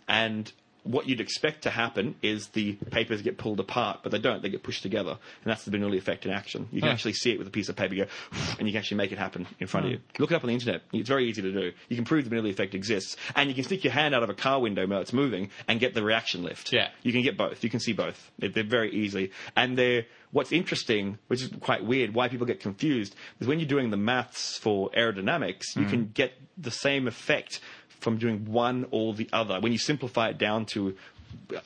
[SPEAKER 2] and what you'd expect to happen is the papers get pulled apart, but they don't. They get pushed together, and that's the Bernoulli effect in action. You can
[SPEAKER 1] Huh.
[SPEAKER 2] actually see it with a piece of paper, you go, and you can actually make it happen in front of you. Look it up on the internet. It's very easy to do. You can prove the Bernoulli effect exists, and you can stick your hand out of a car window while it's moving and get the reaction lift.
[SPEAKER 1] Yeah.
[SPEAKER 2] you can get both. You can see both. They're, they're very easy, and they're what's interesting, which is quite weird, why people get confused, is when you're doing the maths for aerodynamics,
[SPEAKER 1] Hmm.
[SPEAKER 2] you can get the same effect from doing one or the other. When you simplify it down to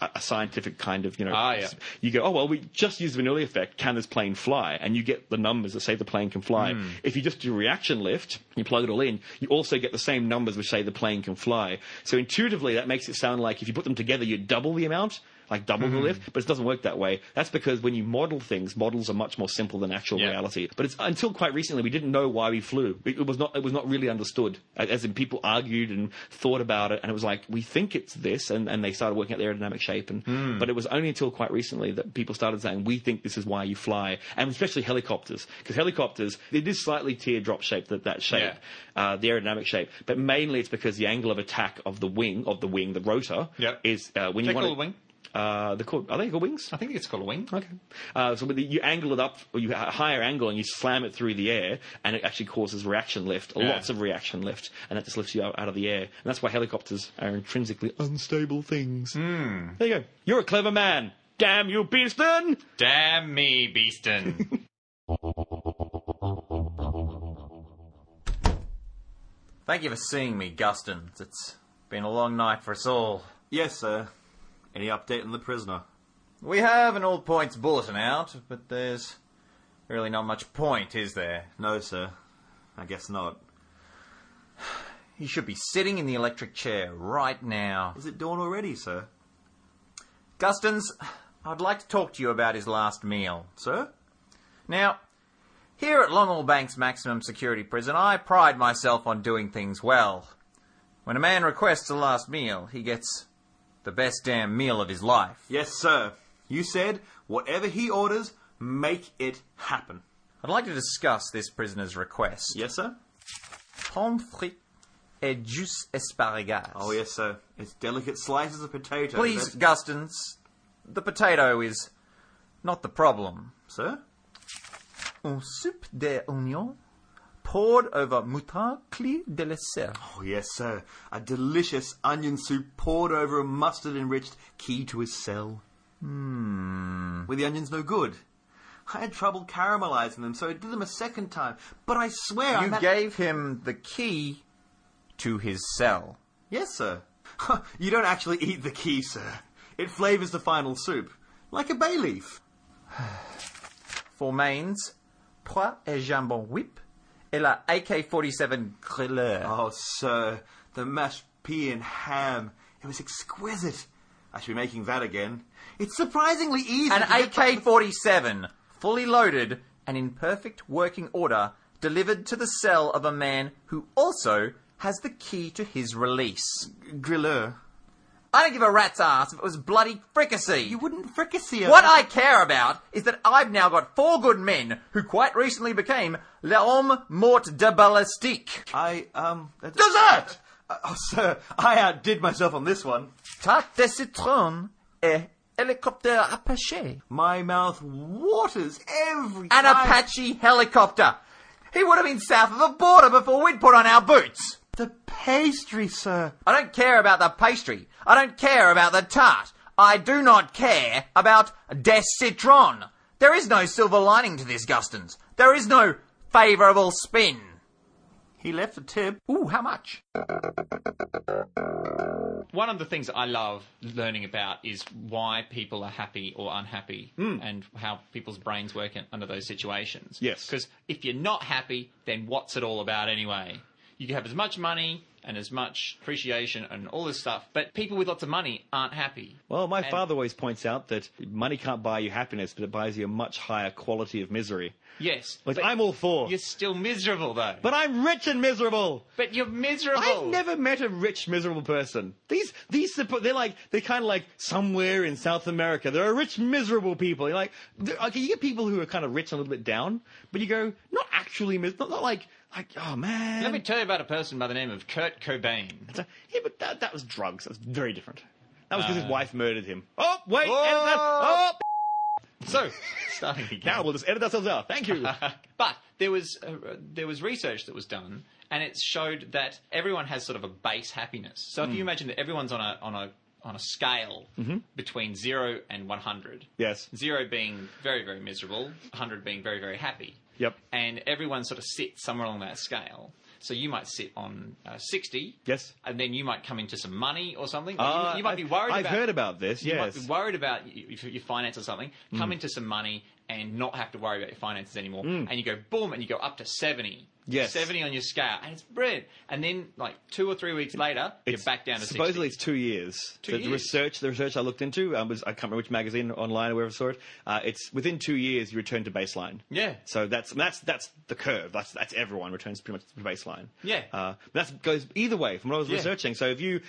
[SPEAKER 2] a a scientific kind of, you know,
[SPEAKER 1] Ah, yeah.
[SPEAKER 2] you go, oh, well, we just use the Bernoulli effect. Can this plane fly? And you get the numbers that say the plane can fly. If you just do reaction lift, you plug it all in, you also get the same numbers which say the plane can fly. So intuitively, that makes it sound like if you put them together, you double the amount. Like double the lift, but it doesn't work that way. That's because when you model things, models are much more simple than actual
[SPEAKER 1] Yeah.
[SPEAKER 2] reality. But it's until quite recently we didn't know why we flew. It, it was not it was not really understood. A- As in people argued and thought about it, and it was like we think it's this, and, and they started working out the aerodynamic shape. And but it was only until quite recently that people started saying we think this is why you fly, and especially helicopters because helicopters it is slightly teardrop shaped that that shape, uh, the aerodynamic shape. But mainly it's because the angle of attack of the wing of the wing the rotor
[SPEAKER 1] Yep.
[SPEAKER 2] is uh, when
[SPEAKER 1] They
[SPEAKER 2] you want
[SPEAKER 1] call it a wing?
[SPEAKER 2] Uh, they're called are they called wings?
[SPEAKER 1] I think it's called a wing.
[SPEAKER 2] Okay. Uh, so with the, you angle it up, or you have a higher angle, and you slam it through the air, and it actually causes reaction lift, lots of reaction lift, and that just lifts you out, out of the air. And that's why helicopters are intrinsically unstable things. There you go. You're a clever man. Damn you, Beeston!
[SPEAKER 1] Damn me, Beeston.
[SPEAKER 4] Thank you for seeing me, Guston. It's been a long night for us all.
[SPEAKER 5] Yes, sir. Any update on the prisoner?
[SPEAKER 4] We have an all points bulletin out, but there's really not much point, is there?
[SPEAKER 5] No, sir. I guess not.
[SPEAKER 4] He should be sitting in the electric chair right now.
[SPEAKER 5] Is it dawn already, sir?
[SPEAKER 4] Gustons, I'd like to talk to you about his last meal.
[SPEAKER 5] Sir?
[SPEAKER 4] Now, here at Longall Bank's maximum security prison, I pride myself on doing things well. When a man requests a last meal, he gets the best damn meal of his life.
[SPEAKER 5] Yes, sir. You said whatever he orders, make it happen.
[SPEAKER 4] I'd like to discuss this prisoner's request.
[SPEAKER 5] Yes, sir?
[SPEAKER 4] Pommes frites et jus asparagus.
[SPEAKER 5] Oh, yes, sir. It's delicate slices of potato.
[SPEAKER 4] Please,
[SPEAKER 5] That's-
[SPEAKER 4] Gustons, the potato is not the problem.
[SPEAKER 5] Sir?
[SPEAKER 4] Un soupe d'oignon poured over moutarde de l'aisselle.
[SPEAKER 5] Oh, yes, sir. A delicious onion soup poured over a mustard enriched key to his cell. Hmm. Were the onions no good? I had trouble caramelizing them, so I did them a second time. But I swear I
[SPEAKER 4] You
[SPEAKER 5] ma-
[SPEAKER 4] gave him the key to his cell.
[SPEAKER 5] Yes, sir. you don't actually eat the key, sir. It flavors the final soup. Like a bay leaf.
[SPEAKER 4] For mains, pois et jambon whip, et la AK-47 grilleur.
[SPEAKER 5] Oh, sir. The mashed pea and ham. It was exquisite. I should be making that again. It's surprisingly easy.
[SPEAKER 4] An
[SPEAKER 5] to get back to-
[SPEAKER 4] AK-47, fully loaded and in perfect working order, delivered to the cell of a man who also has the key to his release.
[SPEAKER 5] grilleur.
[SPEAKER 4] I don't give a rat's ass if it was bloody fricassee.
[SPEAKER 5] You wouldn't fricassee a-
[SPEAKER 4] What I care about is that I've now got four good men who quite recently became l'homme mort de ballistique.
[SPEAKER 5] I um. That,
[SPEAKER 4] Dessert!
[SPEAKER 5] Uh, oh, sir, I outdid myself on this one.
[SPEAKER 4] Tarte de citron et hélicoptère apache.
[SPEAKER 5] My mouth waters every
[SPEAKER 4] An
[SPEAKER 5] time.
[SPEAKER 4] Apache helicopter. He would have been south of the border before we'd put on our boots.
[SPEAKER 5] The pastry, sir.
[SPEAKER 4] I don't care about the pastry. I don't care about the tart. I do not care about des citron. There is no silver lining to this, Gustons. There is no favourable spin.
[SPEAKER 5] He left a tip.
[SPEAKER 4] Ooh, how much?
[SPEAKER 1] One of the things I love learning about is why people are happy or unhappy
[SPEAKER 2] Hmm.
[SPEAKER 1] and how people's brains work in, under those situations.
[SPEAKER 2] Yes.
[SPEAKER 1] Because if you're not happy, then what's it all about anyway? you have as much money and as much appreciation and all this stuff, but people with lots of money aren't happy.
[SPEAKER 2] Well, my father always points out that money can't buy you happiness, but it buys you a much higher quality of misery.
[SPEAKER 1] Yes,
[SPEAKER 2] Like,
[SPEAKER 1] but
[SPEAKER 2] I'm all for.
[SPEAKER 1] You're still miserable though.
[SPEAKER 2] But I'm rich and miserable.
[SPEAKER 1] But you're miserable.
[SPEAKER 2] I've never met a rich, miserable person. These, these, suppo- they're like, they're kind of like somewhere in South America. There are rich, miserable people. You're like, there- okay, you get people who are kind of rich and a little bit down, but you go, not actually, mis- not, not like, like, oh man.
[SPEAKER 1] Let me tell you about a person by the name of Kurt Cobain.
[SPEAKER 2] yeah, but that, that was drugs. That's very different. That was
[SPEAKER 1] Uh.
[SPEAKER 2] because his wife murdered him. Oh, wait, edit that. Oh,
[SPEAKER 1] So, starting again.
[SPEAKER 2] now we'll just edit ourselves out. Thank you.
[SPEAKER 1] but there was uh, there was research that was done, and it showed that everyone has sort of a base happiness. So
[SPEAKER 2] Hmm.
[SPEAKER 1] if you imagine that everyone's on a on a on a scale
[SPEAKER 2] Mm-hmm.
[SPEAKER 1] between zero and one hundred,
[SPEAKER 2] yes.
[SPEAKER 1] zero being very very miserable, one hundred being very very happy.
[SPEAKER 2] Yep.
[SPEAKER 1] And everyone sort of sits somewhere along that scale. So you might sit on uh, sixty.
[SPEAKER 2] Yes.
[SPEAKER 1] And then you might come into some money or something. Like,
[SPEAKER 2] Uh,
[SPEAKER 1] you, you might be worried.
[SPEAKER 2] I've
[SPEAKER 1] about,
[SPEAKER 2] heard about this,
[SPEAKER 1] you
[SPEAKER 2] yes. Mm.
[SPEAKER 1] might be worried about y- y- your finance or something, come into some money and not have to worry about your finances anymore. And you go boom, and you go up to seventy.
[SPEAKER 2] Yes.
[SPEAKER 1] seventy on your scale, and it's brilliant. And then like two or three weeks later, you're
[SPEAKER 2] It's-
[SPEAKER 1] back down to
[SPEAKER 2] supposedly
[SPEAKER 1] 60.
[SPEAKER 2] it's two years.
[SPEAKER 1] Two
[SPEAKER 2] the,
[SPEAKER 1] years.
[SPEAKER 2] the research, the research I looked into um, was I can't remember which magazine online or wherever I saw it. Uh, it's within two years you return to baseline.
[SPEAKER 1] Yeah.
[SPEAKER 2] So that's that's that's the curve. That's that's everyone returns pretty much to baseline.
[SPEAKER 1] Yeah.
[SPEAKER 2] Uh, that goes either way from what I was
[SPEAKER 1] Yeah.
[SPEAKER 2] researching. So if you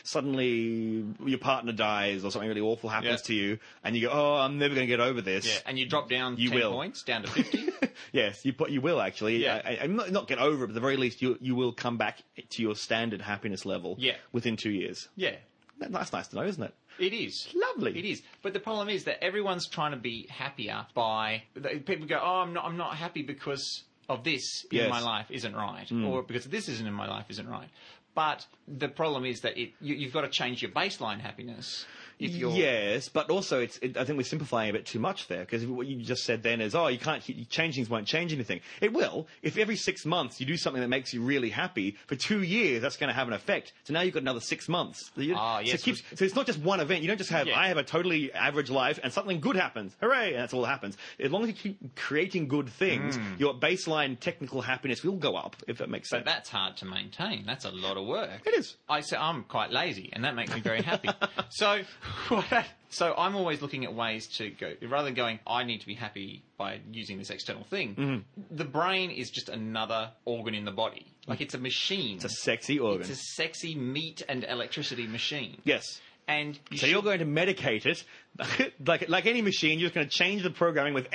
[SPEAKER 2] suddenly your partner dies or something really awful happens
[SPEAKER 1] Yeah.
[SPEAKER 2] to you, and you go, oh, I'm never going to get over this.
[SPEAKER 1] Yeah, and you drop down
[SPEAKER 2] You
[SPEAKER 1] 10
[SPEAKER 2] will.
[SPEAKER 1] points down to fifty.
[SPEAKER 2] Yes, you put, you will actually.
[SPEAKER 1] Yeah.
[SPEAKER 2] I, I, I'm not, not get over it, but at the very least, you you will come back to your standard happiness level.
[SPEAKER 1] Yeah.
[SPEAKER 2] within two years.
[SPEAKER 1] yeah.
[SPEAKER 2] That- That's nice to know, isn't it?
[SPEAKER 1] It is
[SPEAKER 2] Lovely.
[SPEAKER 1] It is, but the problem is that everyone's trying to be happier by they- people go. Oh, I'm not. I'm not happy because of this
[SPEAKER 2] Yes. Mm.
[SPEAKER 1] in my life isn't right, or because this isn't in my life isn't right. But the problem is that it, you, you've got to change your baseline happiness if you're
[SPEAKER 2] Yes, but also it's. It, I think we're simplifying a bit too much there because what you just said then is, oh, you can't you change things won't change anything. It will if every six months you do something that makes you really happy for two years. That's going to have an effect. So now you've got another six months. So you-
[SPEAKER 1] Ah,
[SPEAKER 2] so,
[SPEAKER 1] yes,
[SPEAKER 2] it keeps-
[SPEAKER 1] which-
[SPEAKER 2] so it's not just one event. You don't just have
[SPEAKER 1] Yeah.
[SPEAKER 2] I have a totally average life and something good happens. Hooray! And that's all that happens. As long as you keep creating good things, your baseline technical happiness will go up. If that makes sense.
[SPEAKER 1] Hmm. But that's hard to maintain. That's a lot of work.
[SPEAKER 2] It is.
[SPEAKER 1] I say I'm quite lazy, and that makes me very happy. so, what I- so I'm always looking at ways to go rather than going. I need to be happy by using this external thing.
[SPEAKER 2] Mm-hmm.
[SPEAKER 1] The brain is just another organ in the body. Like it's a machine.
[SPEAKER 2] it's a sexy organ.
[SPEAKER 1] It's a sexy meat and electricity machine.
[SPEAKER 2] yes.
[SPEAKER 1] And you
[SPEAKER 2] So you're going to medicate it, like like any machine. You're just going to change the programming with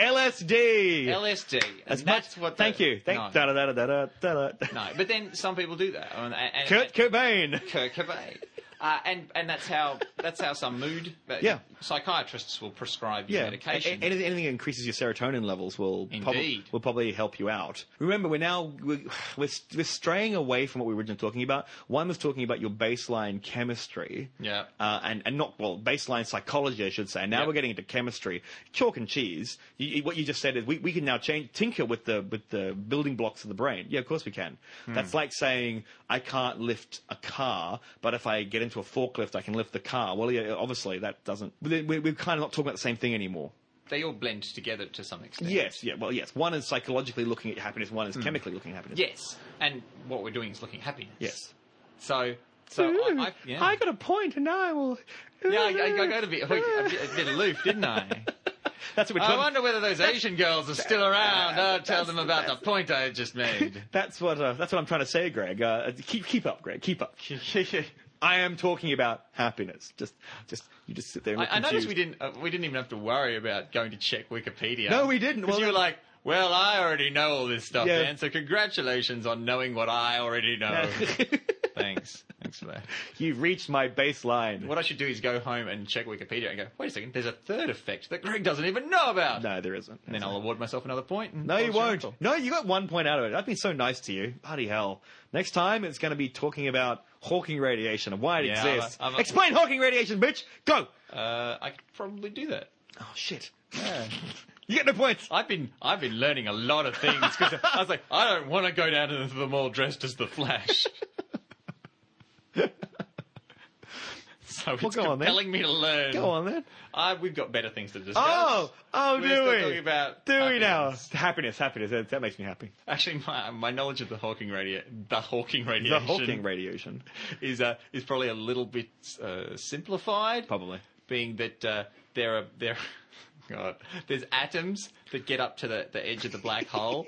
[SPEAKER 2] LSD.
[SPEAKER 1] LSD. and
[SPEAKER 2] As
[SPEAKER 1] that's
[SPEAKER 2] much-
[SPEAKER 1] what.
[SPEAKER 2] Thank
[SPEAKER 1] the-
[SPEAKER 2] you.
[SPEAKER 1] no,
[SPEAKER 2] Thank. Da da da da da da da.
[SPEAKER 1] no, but then some people do that. And, and,
[SPEAKER 2] Kurt Cobain.
[SPEAKER 1] Kurt Cobain. Uh, and and that's how that's how some mood uh,
[SPEAKER 2] Yeah.
[SPEAKER 1] psychiatrists will prescribe you
[SPEAKER 2] Yeah,
[SPEAKER 1] medication.
[SPEAKER 2] A- a- anything, anything that increases your serotonin levels will probably
[SPEAKER 1] Indeed.
[SPEAKER 2] will probably help you out. Remember, we're now we're, we're st- we're straying away from what we were originally talking about. One was talking about your baseline chemistry,
[SPEAKER 1] Yeah.
[SPEAKER 2] uh, and and not well baseline psychology, I should say. Now
[SPEAKER 1] Yep.
[SPEAKER 2] we're getting into chemistry, chalk and cheese. You, you- what you just said is we, we can now change tinker with the with the building blocks of the brain. Yeah, of course we can. That's like saying I can't lift a car, but if I get into a forklift, I can lift the car. Well, yeah, obviously that doesn't. we- we- We're kind of not talking about the same thing anymore.
[SPEAKER 1] they all blend together to some extent.
[SPEAKER 2] Yes, yeah, Hmm. well, yes. One is psychologically looking at happiness, one is chemically looking at happiness.
[SPEAKER 1] Yes. And what we're doing is looking happy.
[SPEAKER 2] Yes. Mm-hmm.
[SPEAKER 1] So so I, I, yeah.
[SPEAKER 2] Hmm. got a point, and now I will.
[SPEAKER 1] yeah, I, I I got a bit, a bit, a bit aloof, didn't I?
[SPEAKER 2] That's what we're
[SPEAKER 1] I
[SPEAKER 2] talking.
[SPEAKER 1] wonder whether those Asian girls are still around. I'll tell them about the point I just made.
[SPEAKER 2] That's what uh, that's what I'm trying to say, Greg. Uh, keep keep up, Greg. Keep up. I am talking about happiness. Just just you just sit there. And
[SPEAKER 1] I,
[SPEAKER 2] look
[SPEAKER 1] I noticed
[SPEAKER 2] confused.
[SPEAKER 1] we didn't uh, we didn't even have to worry about going to check Wikipedia.
[SPEAKER 2] No, we didn't.
[SPEAKER 1] 'Cause
[SPEAKER 2] Well,
[SPEAKER 1] you were
[SPEAKER 2] that-
[SPEAKER 1] like, well, I already know all this stuff,
[SPEAKER 2] Yeah.
[SPEAKER 1] man. So congratulations on knowing what I already know. Thanks. Thanks for that.
[SPEAKER 2] Oh, You've reached my baseline.
[SPEAKER 1] What I should do is go home and check Wikipedia and go, wait a second, there's a third effect that Greg doesn't even know about.
[SPEAKER 2] No, there isn't.
[SPEAKER 1] Then I'll award myself another point. and
[SPEAKER 2] No,
[SPEAKER 1] I'll
[SPEAKER 2] you won't.
[SPEAKER 1] share it.
[SPEAKER 2] No, you got one point out of it. I've been so nice to you. Bloody hell. Next time, it's going to be talking about Hawking radiation and why it
[SPEAKER 1] Yeah, I'm a-
[SPEAKER 2] exists.
[SPEAKER 1] I'm a-
[SPEAKER 2] Explain Hawking radiation, bitch. Go.
[SPEAKER 1] Uh, I could probably do that.
[SPEAKER 2] Oh shit. You get no points.
[SPEAKER 1] I've been I've been learning a lot of things because I was like, I don't want to go down to the mall dressed as the Flash. So it's
[SPEAKER 2] go on then.
[SPEAKER 1] compelling me to learn.
[SPEAKER 2] Go on then.
[SPEAKER 1] Uh, we've got better things to discuss.
[SPEAKER 2] Oh, oh,
[SPEAKER 1] We're
[SPEAKER 2] do
[SPEAKER 1] still
[SPEAKER 2] we?
[SPEAKER 1] talking about
[SPEAKER 2] do we now?
[SPEAKER 1] happiness.
[SPEAKER 2] Happiness, happiness. That, that makes me happy.
[SPEAKER 1] Actually, my, my knowledge of the Hawking radio, the Hawking
[SPEAKER 2] The
[SPEAKER 1] radiation,
[SPEAKER 2] Hawking radiation,
[SPEAKER 1] is uh, is probably a little bit uh, simplified.
[SPEAKER 2] probably.
[SPEAKER 1] being that uh, there are there, God, there's atoms that get up to the, the edge of the black hole,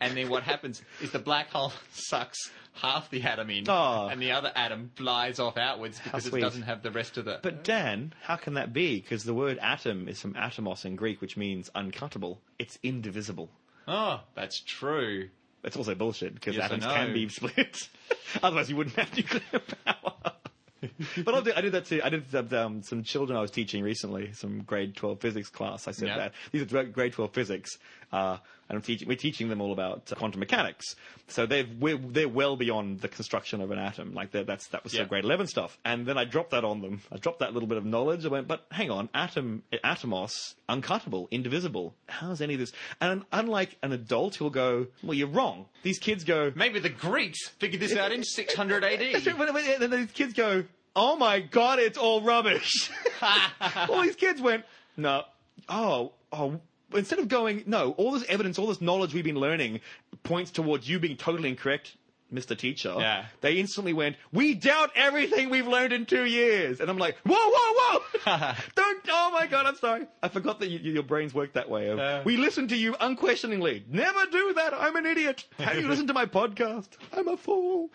[SPEAKER 1] and then what happens is the black hole sucks half the atom in,
[SPEAKER 2] Oh.
[SPEAKER 1] and the other atom flies off outwards because it
[SPEAKER 2] sweet.
[SPEAKER 1] doesn't have the rest of the.
[SPEAKER 2] But Dan, how can that be? Because the word atom is from atomos in Greek, which means uncuttable. It's indivisible.
[SPEAKER 1] oh, that's true.
[SPEAKER 2] It's also bullshit because
[SPEAKER 1] Yes, I
[SPEAKER 2] atoms
[SPEAKER 1] know.
[SPEAKER 2] can be split. Otherwise, you wouldn't have nuclear power. but I'll do, I did that too. I did that, um, some children I was teaching recently, some grade 12 physics class. I said
[SPEAKER 1] Yeah.
[SPEAKER 2] that. These are dra- grade 12 physics. Uh, and I'm teaching, we're teaching them all about uh, quantum mechanics. So they've, we're, they're well beyond the construction of an atom. Like they're- that's, that was
[SPEAKER 1] Yeah.
[SPEAKER 2] so grade 11 stuff. And then I dropped that on them. I dropped that little bit of knowledge. I went, but hang on, atom, atomos, uncuttable, indivisible. How's any of this? And unlike an adult who'll go, well, you're wrong. These kids go,
[SPEAKER 1] Maybe the Greeks figured this out in 600 AD.
[SPEAKER 2] But- but- and then these kids go, "Oh my god, it's all rubbish." all these kids went, "No, oh, oh." Instead of going, "No, all this evidence, all this knowledge we've been learning points towards you being totally incorrect." Mr. Teacher,
[SPEAKER 1] Yeah.
[SPEAKER 2] they instantly went, We doubt everything we've learned in two years. And I'm like, Whoa, whoa, whoa! Don't, oh my God, I'm sorry. I forgot that you, your brains work that way. Of,
[SPEAKER 1] Yeah.
[SPEAKER 2] we listen to you unquestioningly. Never do that. I'm an idiot. How do you listen to my podcast? I'm a fool.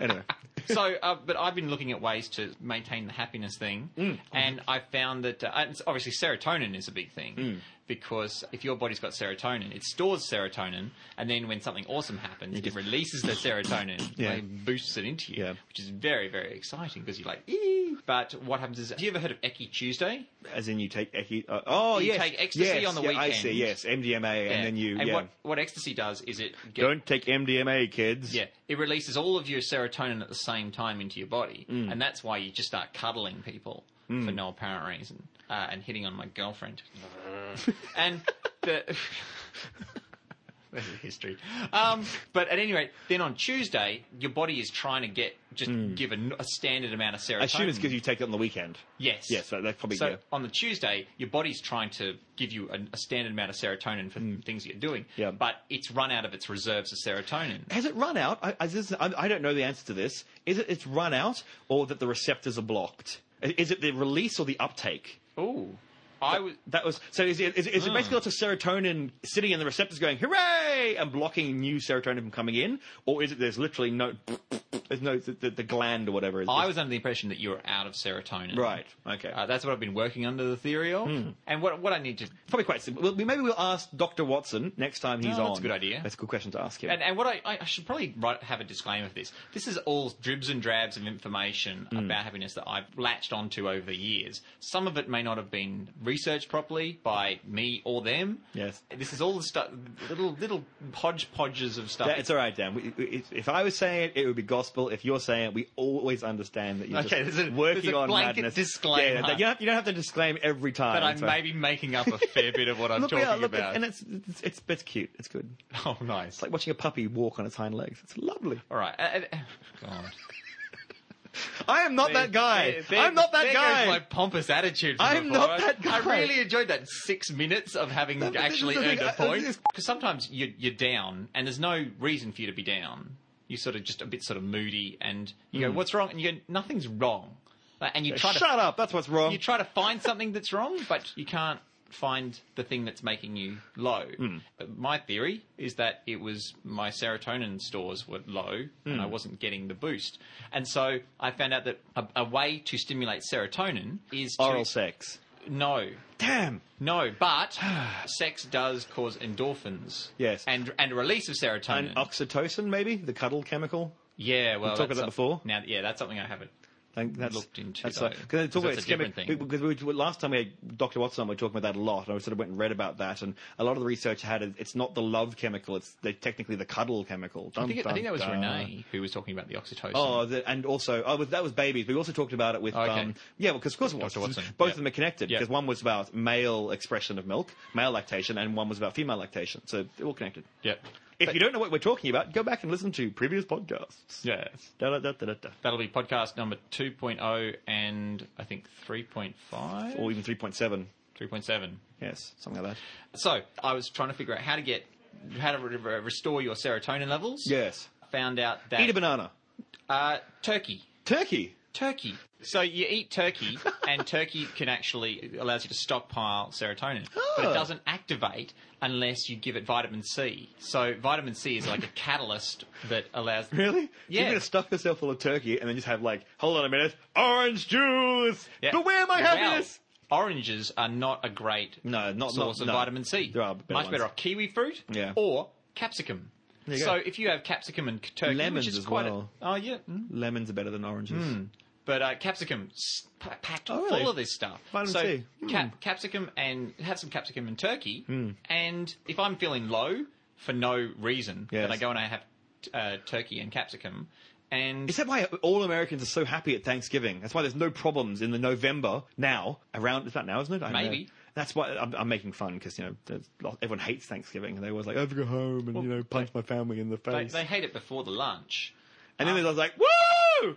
[SPEAKER 2] anyway.
[SPEAKER 1] so, uh, but I've been looking at ways to maintain the happiness thing,
[SPEAKER 2] Mm.
[SPEAKER 1] and I found that uh, and it's- obviously serotonin is a big thing
[SPEAKER 2] Mm.
[SPEAKER 1] because if your body's got serotonin, it stores serotonin, and then when something awesome happens, it releases the serotonin,
[SPEAKER 2] Yeah.
[SPEAKER 1] like, boosts it into you,
[SPEAKER 2] Yeah.
[SPEAKER 1] which is very very exciting because you're like, ee. but what happens is, have you ever heard of Eki Tuesday?
[SPEAKER 2] As in you take ec- uh, oh
[SPEAKER 1] You
[SPEAKER 2] yes,
[SPEAKER 1] take ecstasy
[SPEAKER 2] yes,
[SPEAKER 1] on the
[SPEAKER 2] yeah, I
[SPEAKER 1] weekend.
[SPEAKER 2] see. Yes, MDMA, and then you
[SPEAKER 1] and
[SPEAKER 2] yeah.
[SPEAKER 1] what what ecstasy does is it get-
[SPEAKER 2] don't take MDMA, kids.
[SPEAKER 1] Yeah, it releases all of your serotonin at the same time into your body,
[SPEAKER 2] Mm.
[SPEAKER 1] and that's why you just start cuddling people for no apparent reason uh, and hitting on my girlfriend. and the. There's a history. Um, but at any rate, then on Tuesday, your body is trying to get just give a, n- a standard amount of serotonin.
[SPEAKER 2] Mm. I assume it's because you take it on the weekend.
[SPEAKER 1] Yes.
[SPEAKER 2] Yes, that- that's probably-
[SPEAKER 1] so.
[SPEAKER 2] yeah.
[SPEAKER 1] On the Tuesday, your body's trying to give you a, a standard amount of serotonin for things you're doing.
[SPEAKER 2] Mm. Yeah.
[SPEAKER 1] But it's run out of its reserves of serotonin.
[SPEAKER 2] Has it run out? I, I, this, I, I don't know the answer to this. Is it it's run out, or that the receptors are blocked? I- Is it the release or the uptake?
[SPEAKER 1] Ooh, I was. Ah.
[SPEAKER 2] That was so. Is it, is, it- is it basically lots of serotonin sitting in the receptors going hooray and blocking new serotonin from coming in, or is it there's literally no there's no the, the, the gland or whatever? Is
[SPEAKER 1] I
[SPEAKER 2] just-
[SPEAKER 1] was under the impression that you were out of serotonin.
[SPEAKER 2] right. Hmm. Okay.
[SPEAKER 1] Uh, that's what I've been working under the theory of. And what what I need to
[SPEAKER 2] Probably quite simple. Well, we- maybe we'll ask Dr. Watson next time he's
[SPEAKER 1] Oh,
[SPEAKER 2] on.
[SPEAKER 1] that's a good idea.
[SPEAKER 2] That's a good question to ask him.
[SPEAKER 1] and, and what I, I I should probably write, have a disclaimer for this. This is all dribs and drabs of information
[SPEAKER 2] Hmm.
[SPEAKER 1] about happiness that I've latched onto over the years. Some of it may not have been researched properly by me or them.
[SPEAKER 2] Yes.
[SPEAKER 1] This is all the stuff, little little hodgepodges of stuff.
[SPEAKER 2] That- it's all right, Dan. We, we- if- if I was saying it, it would be gospel. If you're saying it, we always understand that you're
[SPEAKER 1] Okay,
[SPEAKER 2] just
[SPEAKER 1] there's a-
[SPEAKER 2] working
[SPEAKER 1] there's a
[SPEAKER 2] on
[SPEAKER 1] blanket
[SPEAKER 2] madness.
[SPEAKER 1] disclaimer.
[SPEAKER 2] Yeah, that- you, don't, you don't have to disclaim every time.
[SPEAKER 1] but I
[SPEAKER 2] It's
[SPEAKER 1] may
[SPEAKER 2] fine.
[SPEAKER 1] be making up a fair bit of what I'm
[SPEAKER 2] look,
[SPEAKER 1] talking
[SPEAKER 2] yeah, look,
[SPEAKER 1] about.
[SPEAKER 2] and it's, it's it's it's cute. It's good. It's
[SPEAKER 1] oh, nice.
[SPEAKER 2] like watching a puppy walk on its hind legs. It's lovely.
[SPEAKER 1] all right. Uh, uh, God.
[SPEAKER 2] I am not that guy.
[SPEAKER 1] There- there-
[SPEAKER 2] I'm not that
[SPEAKER 1] there
[SPEAKER 2] guy.
[SPEAKER 1] Goes my pompous attitude. from
[SPEAKER 2] I'm
[SPEAKER 1] before.
[SPEAKER 2] not
[SPEAKER 1] I-
[SPEAKER 2] that
[SPEAKER 1] I
[SPEAKER 2] guy.
[SPEAKER 1] really enjoyed that six minutes of having
[SPEAKER 2] No, but this
[SPEAKER 1] actually
[SPEAKER 2] is the
[SPEAKER 1] earned
[SPEAKER 2] thing,
[SPEAKER 1] a
[SPEAKER 2] I-
[SPEAKER 1] point.
[SPEAKER 2] this-
[SPEAKER 1] Because sometimes you, you're down, and there's no reason for you to be down. You're sort of just a bit sort of moody, and you go, "What's wrong?" And you go, "Nothing's wrong." Like, And you try
[SPEAKER 2] Hmm. Shut
[SPEAKER 1] to
[SPEAKER 2] up. That's what's wrong.
[SPEAKER 1] you try to find something that's wrong, but you can't find the thing that's making you low.
[SPEAKER 2] Hmm.
[SPEAKER 1] But my theory is that it was my serotonin stores were low and I
[SPEAKER 2] Hmm.
[SPEAKER 1] wasn't getting the boost. And so I found out that a, a way to stimulate serotonin is to-
[SPEAKER 2] Oral sex.
[SPEAKER 1] No.
[SPEAKER 2] Damn.
[SPEAKER 1] No, but sex does cause endorphins.
[SPEAKER 2] Yes.
[SPEAKER 1] And and a release of serotonin.
[SPEAKER 2] And oxytocin, maybe the cuddle chemical.
[SPEAKER 1] yeah, well,
[SPEAKER 2] talked
[SPEAKER 1] that's
[SPEAKER 2] about
[SPEAKER 1] some-
[SPEAKER 2] before.
[SPEAKER 1] Now, yeah, that's something I haven't.
[SPEAKER 2] think
[SPEAKER 1] Mm-hmm.
[SPEAKER 2] that's
[SPEAKER 1] looked into,
[SPEAKER 2] That's
[SPEAKER 1] though,
[SPEAKER 2] like, cause it's all
[SPEAKER 1] 'cause
[SPEAKER 2] about
[SPEAKER 1] that's a different
[SPEAKER 2] ischemic-
[SPEAKER 1] thing.
[SPEAKER 2] Because we, we, last time we had Dr. Watson, on, we were talking about that a lot, and I sort of went and read about that. And a lot of the research had it- it's not the love chemical; it's the, technically the cuddle chemical.
[SPEAKER 1] I think, I think that was
[SPEAKER 2] Dun, dun, dun.
[SPEAKER 1] Renee who was talking about the oxytocin.
[SPEAKER 2] Oh, the, and also oh, that was babies. We also talked about it with
[SPEAKER 1] Okay.
[SPEAKER 2] um, yeah, because of course it was.
[SPEAKER 1] Dr. Watson,
[SPEAKER 2] Both
[SPEAKER 1] yeah.
[SPEAKER 2] of them are connected
[SPEAKER 1] Yeah.
[SPEAKER 2] because one was about male expression of milk, male lactation, and one was about female lactation. So they're all connected.
[SPEAKER 1] Yep.
[SPEAKER 2] If you don't know what we're talking about, go back and listen to previous podcasts.
[SPEAKER 1] Yes.
[SPEAKER 2] Da, da, da, da, da, da.
[SPEAKER 1] That'll be podcast number 2.0 and I think 3.5?
[SPEAKER 2] Or even 3.7.
[SPEAKER 1] 3.7.
[SPEAKER 2] Yes, something like that.
[SPEAKER 1] So I was trying to figure out how to get, how to re- re- restore your serotonin levels.
[SPEAKER 2] Yes.
[SPEAKER 1] Found out that.
[SPEAKER 2] Eat a banana.
[SPEAKER 1] Uh, turkey.
[SPEAKER 2] Turkey.
[SPEAKER 1] Turkey. So you eat turkey, and turkey can actually it allows you to stockpile serotonin, but
[SPEAKER 2] Ah.
[SPEAKER 1] it doesn't activate unless you give it vitamin C. So vitamin C is like a catalyst that allows.
[SPEAKER 2] Really?
[SPEAKER 1] Yeah.
[SPEAKER 2] You're going to stuff yourself full of turkey and then just have like, hold on a minute, orange juice.
[SPEAKER 1] Yeah.
[SPEAKER 2] Beware my
[SPEAKER 1] Wow.
[SPEAKER 2] happiness.
[SPEAKER 1] Oranges are not a great
[SPEAKER 2] No, not-
[SPEAKER 1] source
[SPEAKER 2] not-
[SPEAKER 1] of
[SPEAKER 2] no.
[SPEAKER 1] vitamin C.
[SPEAKER 2] There are better
[SPEAKER 1] Much
[SPEAKER 2] ones.
[SPEAKER 1] better off kiwi fruit
[SPEAKER 2] Yeah.
[SPEAKER 1] or capsicum.
[SPEAKER 2] you go.
[SPEAKER 1] So if you have capsicum and turkey,
[SPEAKER 2] Lemons
[SPEAKER 1] which is
[SPEAKER 2] as
[SPEAKER 1] quite
[SPEAKER 2] well.
[SPEAKER 1] a, oh yeah, mm.
[SPEAKER 2] Lemons are better than oranges.
[SPEAKER 1] But uh, capsicum s- pa- packed
[SPEAKER 2] Oh,
[SPEAKER 1] full
[SPEAKER 2] really?
[SPEAKER 1] of this stuff.
[SPEAKER 2] Vitamin
[SPEAKER 1] so
[SPEAKER 2] C. Hmm.
[SPEAKER 1] Cap- capsicum and have some capsicum and turkey. And if I'm feeling low for no reason,
[SPEAKER 2] Yes.
[SPEAKER 1] then I go and I have t- uh, turkey and capsicum. And
[SPEAKER 2] Is that why all Americans are so happy at Thanksgiving? That's why there's no problems in the November now around. Is that now, isn't it? I don't
[SPEAKER 1] Maybe.
[SPEAKER 2] know. That's why I'm, I'm making fun because you know there's, lot- everyone hates Thanksgiving and they always like, "I have to go home and you know punch my family in the
[SPEAKER 1] they,
[SPEAKER 2] face."
[SPEAKER 1] they hate it before the lunch.
[SPEAKER 2] and
[SPEAKER 1] Ah.
[SPEAKER 2] then there's like, "Woo!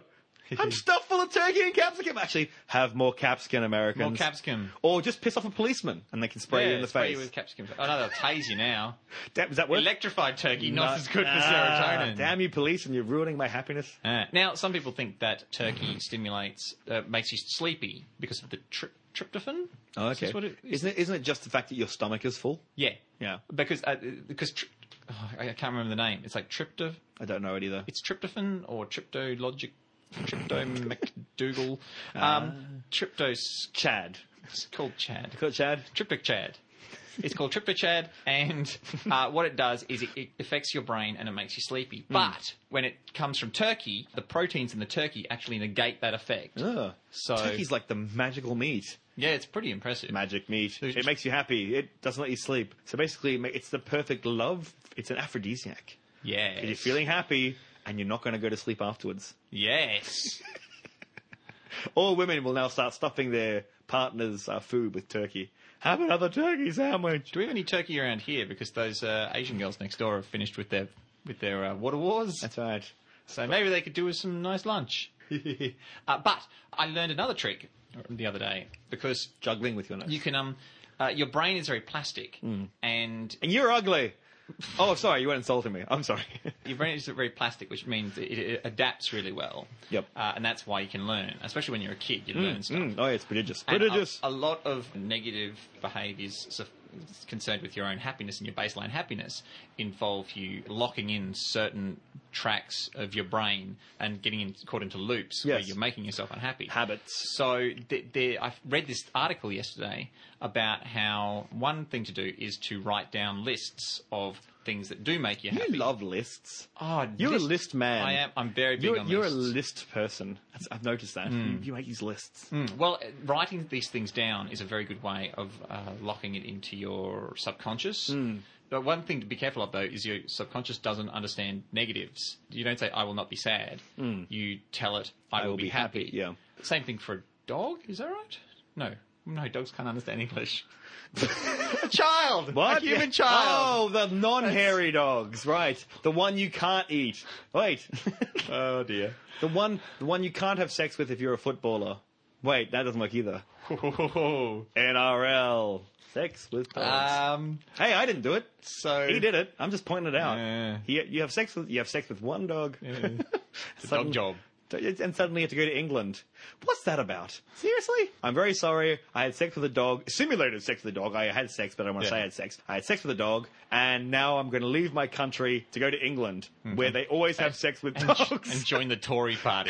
[SPEAKER 2] I'm stuffed full of turkey and capsicum." Actually, have more capsicum, Americans.
[SPEAKER 1] More capsicum.
[SPEAKER 2] Or just piss off a policeman and they can spray you in the
[SPEAKER 1] spray
[SPEAKER 2] face.
[SPEAKER 1] you with capsicum. Oh no, they'll tase you now.
[SPEAKER 2] Da- Does that work?
[SPEAKER 1] Electrified turkey, not
[SPEAKER 2] No.
[SPEAKER 1] as good for
[SPEAKER 2] Ah,
[SPEAKER 1] serotonin.
[SPEAKER 2] Damn you, police, and you're ruining my happiness.
[SPEAKER 1] Uh, now, some people think that turkey stimulates, uh, makes you sleepy because of the tri- tryptophan.
[SPEAKER 2] Oh,
[SPEAKER 1] Is Ah, this what it- is
[SPEAKER 2] isn't it? Isn't it just the fact that your stomach is full?
[SPEAKER 1] Yeah,
[SPEAKER 2] Yeah.
[SPEAKER 1] Because uh, because tri- oh, I I can't remember the name. It's like tryptoph.
[SPEAKER 2] I don't know it either.
[SPEAKER 1] It's tryptophan or tryptologic, trypto McDougal, um, tryptos.
[SPEAKER 2] Chad.
[SPEAKER 1] It's called Chad.
[SPEAKER 2] Got Chad.
[SPEAKER 1] Tryptic Chad. It's called Tryptochad, and uh, what it does is it, it affects your brain and it makes you sleepy. But when it comes from turkey, the proteins in the turkey actually negate that effect.
[SPEAKER 2] Ugh.
[SPEAKER 1] So-
[SPEAKER 2] turkey's like the magical meat.
[SPEAKER 1] Yeah, it's pretty impressive.
[SPEAKER 2] Magic meat.
[SPEAKER 1] There's-
[SPEAKER 2] It makes you happy. It doesn't let you sleep. So basically, it ma- it's the perfect love. It's an aphrodisiac.
[SPEAKER 1] Yes.
[SPEAKER 2] You're feeling happy, and you're not going to go to sleep afterwards.
[SPEAKER 1] Yes.
[SPEAKER 2] All women will now start stuffing their partners' uh, food with turkey. Have another turkey sandwich.
[SPEAKER 1] Do we have any turkey around here? Because those uh, Asian girls next door have finished with their with their uh, water wars,
[SPEAKER 2] That's right.
[SPEAKER 1] so maybe they could do with some nice lunch. uh, but I learned another trick the other day because
[SPEAKER 2] Juggling with your nose.
[SPEAKER 1] you can um. Uh, your brain is very plastic,
[SPEAKER 2] Hmm.
[SPEAKER 1] and
[SPEAKER 2] and you're ugly. oh, sorry, you weren't insulting me. I'm sorry.
[SPEAKER 1] your brain is very plastic, which means it, it adapts really well.
[SPEAKER 2] Yep.
[SPEAKER 1] Uh, and that's why you can learn, especially when you're a kid. You learn stuff.
[SPEAKER 2] Mm, oh, yeah, it's prodigious.
[SPEAKER 1] And
[SPEAKER 2] Prodigious.
[SPEAKER 1] A, a lot of negative behaviours so- concerned with your own happiness and your baseline happiness involve you locking in certain tracks of your brain and getting in, caught into loops where
[SPEAKER 2] Yes.
[SPEAKER 1] you're making yourself unhappy.
[SPEAKER 2] Habits.
[SPEAKER 1] So th- there, I read this article yesterday about how one thing to do is to write down lists of things that do make you happy.
[SPEAKER 2] You love lists.
[SPEAKER 1] Oh,
[SPEAKER 2] You're
[SPEAKER 1] list-
[SPEAKER 2] a list man.
[SPEAKER 1] I am. I'm very big
[SPEAKER 2] You're,
[SPEAKER 1] on
[SPEAKER 2] you're a
[SPEAKER 1] lists. Hmm.
[SPEAKER 2] list person. That's, I've noticed that. You, you make these lists.
[SPEAKER 1] Well, uh, writing these things down is a very good way of uh, locking it into your subconscious.
[SPEAKER 2] Hmm.
[SPEAKER 1] But one thing to be careful of, though, is your subconscious doesn't understand negatives. You don't say, I will not be sad.
[SPEAKER 2] Hmm.
[SPEAKER 1] You tell it, I, will, be happy.
[SPEAKER 2] yeah.
[SPEAKER 1] Same thing for a dog, is that right? No. No, dogs can't understand English. a child! A
[SPEAKER 2] What?
[SPEAKER 1] human
[SPEAKER 2] Yeah.
[SPEAKER 1] child!
[SPEAKER 2] Oh, the non-hairy dogs, right? The one you can't eat. Wait. oh dear. The one, the one you can't have sex with if you're a footballer. Wait, that doesn't work either. NRL. Sex with dogs.
[SPEAKER 1] Um,
[SPEAKER 2] hey, I didn't do it.
[SPEAKER 1] so.
[SPEAKER 2] He did it. I'm just pointing it out.
[SPEAKER 1] Yeah.
[SPEAKER 2] He, you have sex with you have sex with one dog.
[SPEAKER 1] It's a dog job.
[SPEAKER 2] And suddenly you have to go to England. What's that about? Seriously? I'm very sorry. I had sex with a dog, simulated sex with a dog. I had sex, but I don't want
[SPEAKER 1] Yeah.
[SPEAKER 2] to say I had sex. I had sex with a dog, and now I'm going to leave my country to go to England, where they always have sex with
[SPEAKER 1] Mm-hmm. And,
[SPEAKER 2] dogs.
[SPEAKER 1] and join the Tory party.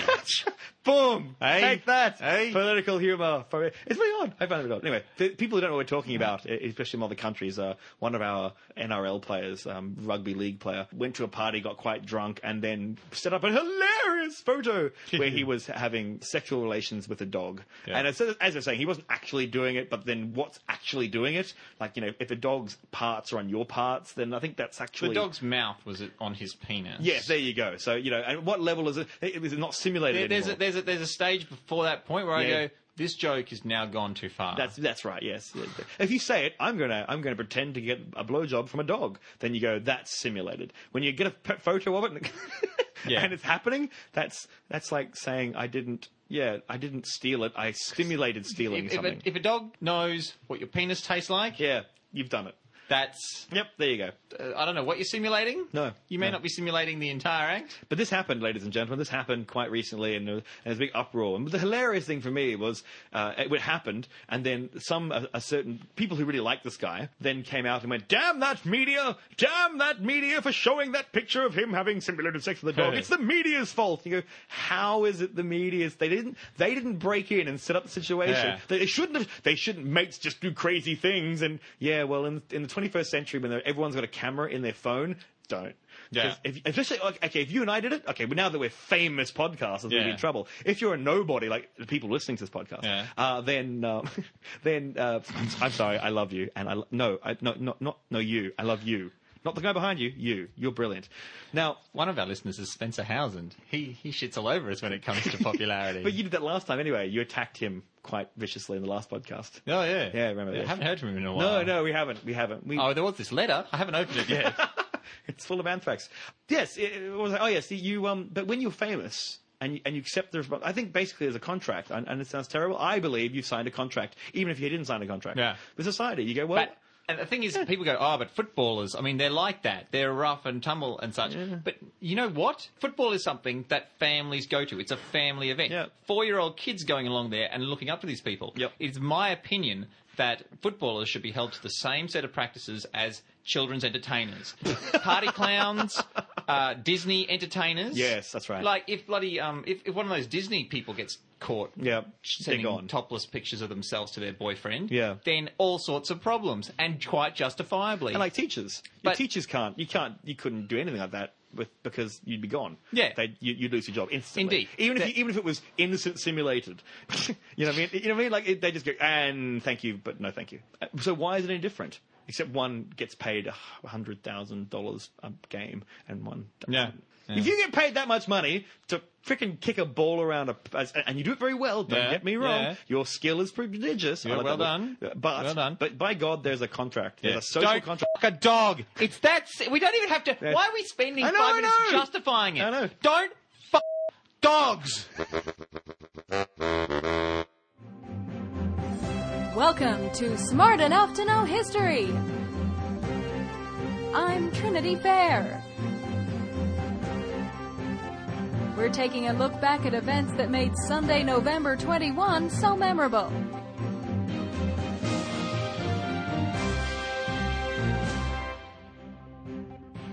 [SPEAKER 2] Boom!
[SPEAKER 1] Hey.
[SPEAKER 2] Take that!
[SPEAKER 1] Hey.
[SPEAKER 2] Political humour. For- It's very odd. I found it odd. Anyway, the people who don't know what we're
[SPEAKER 1] Mm-hmm.
[SPEAKER 2] talking about, e- especially in other countries, uh, one of our NRL players, um, rugby league player, went to a party, got quite drunk, and then set up a hilarious photo where he was having sexual relations with a dog.
[SPEAKER 1] Yeah.
[SPEAKER 2] And as, as I was saying, he wasn't actually doing it, but then what's actually doing it? Like, you know, if a dog's parts are on your parts, then I think that's actually.
[SPEAKER 1] The dog's mouth was on his penis.
[SPEAKER 2] Yes, there you go. So, you know, and what level is it? It was not simulated
[SPEAKER 1] There- there's a,
[SPEAKER 2] anymore.
[SPEAKER 1] there's a there's a stage before that point where
[SPEAKER 2] Yeah.
[SPEAKER 1] I go, This joke has now gone too far.
[SPEAKER 2] That's that's right. Yes. If you say it, I'm gonna I'm gonna pretend to get a blowjob from a dog. Then you go, that's simulated. When you get a p- photo of it, and,
[SPEAKER 1] Yeah.
[SPEAKER 2] and it's happening, that's that's like saying I didn't. Yeah, I didn't steal it. I stimulated
[SPEAKER 1] if,
[SPEAKER 2] stealing
[SPEAKER 1] if,
[SPEAKER 2] something.
[SPEAKER 1] a, if a dog knows what your penis tastes like,
[SPEAKER 2] yeah, you've done it.
[SPEAKER 1] that's
[SPEAKER 2] Yep, there you go.
[SPEAKER 1] uh, I don't know what you're simulating.
[SPEAKER 2] No,
[SPEAKER 1] you may
[SPEAKER 2] no.
[SPEAKER 1] not be simulating the entire act.
[SPEAKER 2] But this happened, ladies and gentlemen. This happened quite recently, and there was, and there was a big uproar. And the hilarious thing for me was uh, it, it happened, and then some a, a certain people who really liked this guy then came out and went, "Damn that media! Damn that media for showing that picture of him having simulated sex with a dog. it's the media's fault." You go, "How is it the media's? They didn't. They didn't break in and set up the situation.
[SPEAKER 1] Yeah.
[SPEAKER 2] They, they shouldn't have. They shouldn't. Mates just do crazy things. And yeah, well, in in the 21st century, when there- everyone's got a camera in their phone, don't.
[SPEAKER 1] Yeah.
[SPEAKER 2] 'Cause if, especially like, okay, if you and I did it, okay, but now that we're famous podcasters, we'd be
[SPEAKER 1] Yeah.
[SPEAKER 2] in trouble. If you're a nobody, like the people listening to this podcast,
[SPEAKER 1] Yeah.
[SPEAKER 2] uh, then um, then uh, I'm, I'm sorry, I love you, and I lo- no, I, no, not not no, you, I love you, not the guy behind you, you, you're brilliant. Now,
[SPEAKER 1] One of our listeners is Spencer Housand. He he shits all over us when it comes to popularity.
[SPEAKER 2] but you did that last time anyway. You attacked him quite viciously in the last podcast.
[SPEAKER 1] oh yeah,
[SPEAKER 2] Yeah, I remember
[SPEAKER 1] I
[SPEAKER 2] this.
[SPEAKER 1] haven't heard from him in a while.
[SPEAKER 2] No, no, we haven't, we haven't. We,
[SPEAKER 1] Oh, there was this letter. I haven't opened it yet.
[SPEAKER 2] it's full of anthrax. Yes, it, it was. Oh yes, you. Um, but when you're famous and you, and you accept the response, I think basically there's a contract, and, and it sounds terrible. I believe you've signed a contract, even if you didn't sign a contract.
[SPEAKER 1] Yeah.
[SPEAKER 2] With society, you go well.
[SPEAKER 1] But and the thing is, people go, oh, but footballers, I mean, they're like that. They're rough and tumble and such. But you know what? Football is something that families go to. It's a family event.
[SPEAKER 2] Yeah.
[SPEAKER 1] Four year old kids going along there and looking up to these people.
[SPEAKER 2] Yep.
[SPEAKER 1] It's my opinion that footballers should be held to the same set of practices as children's entertainers, party clowns, uh, Disney entertainers.
[SPEAKER 2] Yes, that's right.
[SPEAKER 1] Like if bloody um, if, if one of those Disney people gets caught
[SPEAKER 2] Yep.
[SPEAKER 1] sending
[SPEAKER 2] They're gone.
[SPEAKER 1] topless pictures of themselves to their boyfriend,
[SPEAKER 2] Yeah.
[SPEAKER 1] then all sorts of problems, and quite justifiably.
[SPEAKER 2] and like teachers, your
[SPEAKER 1] But-
[SPEAKER 2] teachers can't. You can't. You couldn't do anything like that with because you'd be gone.
[SPEAKER 1] Yeah.
[SPEAKER 2] They, you, you'd lose your job instantly.
[SPEAKER 1] Indeed.
[SPEAKER 2] Even if
[SPEAKER 1] That-
[SPEAKER 2] you, even if it was innocent simulated, you know what I mean. You know what I mean. Like it, they just go and thank you, but no thank you. Uh, So why is it any different? Except one gets paid a hundred thousand dollars a game, and one doesn't.
[SPEAKER 1] Yeah.
[SPEAKER 2] If you get paid that much money to frickin' kick a ball around, a, as- and you do it very well, don't
[SPEAKER 1] Yeah.
[SPEAKER 2] get me wrong,
[SPEAKER 1] Yeah.
[SPEAKER 2] your skill is prodigious. I
[SPEAKER 1] Yeah,
[SPEAKER 2] like
[SPEAKER 1] well
[SPEAKER 2] that
[SPEAKER 1] done.
[SPEAKER 2] word. But,
[SPEAKER 1] Well done.
[SPEAKER 2] but by God, there's a contract. There's
[SPEAKER 1] Yeah.
[SPEAKER 2] a social
[SPEAKER 1] Don't
[SPEAKER 2] contract.
[SPEAKER 1] fuck a dog. It's that. si- We don't even have to. Why are we spending
[SPEAKER 2] I know,
[SPEAKER 1] five
[SPEAKER 2] I
[SPEAKER 1] minutes
[SPEAKER 2] know.
[SPEAKER 1] justifying it?
[SPEAKER 2] I know.
[SPEAKER 1] Don't fuck dogs.
[SPEAKER 3] Welcome to Smart Enough to Know History. I'm Trinity Fair. We're taking a look back at events that made Sunday, November 21 so memorable.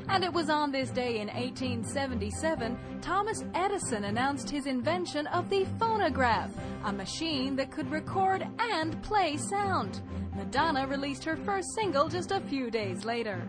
[SPEAKER 3] And it was on this day in 1877 Thomas Edison announced his invention of the phonograph, a machine that could record and play sound. Madonna released her first single just a few days later.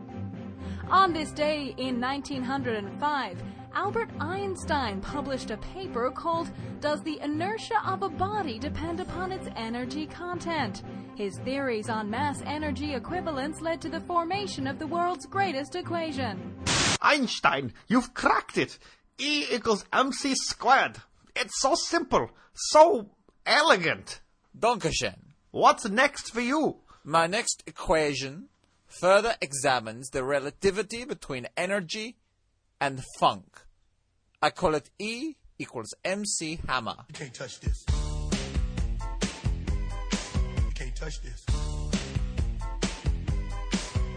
[SPEAKER 3] On this day in 1905, Albert Einstein published a paper called Does the Inertia of a Body Depend Upon Its Energy Content? His theories on mass energy equivalence led to the formation of the world's greatest equation.
[SPEAKER 5] Einstein, you've cracked it. E equals MC squared. It's so simple, so elegant.
[SPEAKER 6] Dankeschön.
[SPEAKER 5] What's next for you?
[SPEAKER 6] My next equation further examines the relativity between energy and funk. I call it E equals MC hammer.
[SPEAKER 7] You can't touch this. You can't touch this.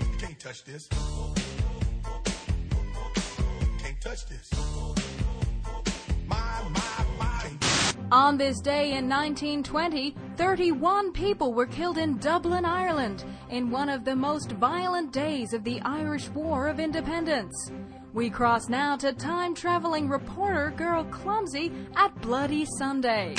[SPEAKER 7] You can't touch this. You can't touch this. My, my, my.
[SPEAKER 3] On this day in 1920, 31 people were killed in Dublin, Ireland, in one of the most violent days of the Irish War of Independence. We cross now to time traveling reporter Girl Clumsy at Bloody Sunday.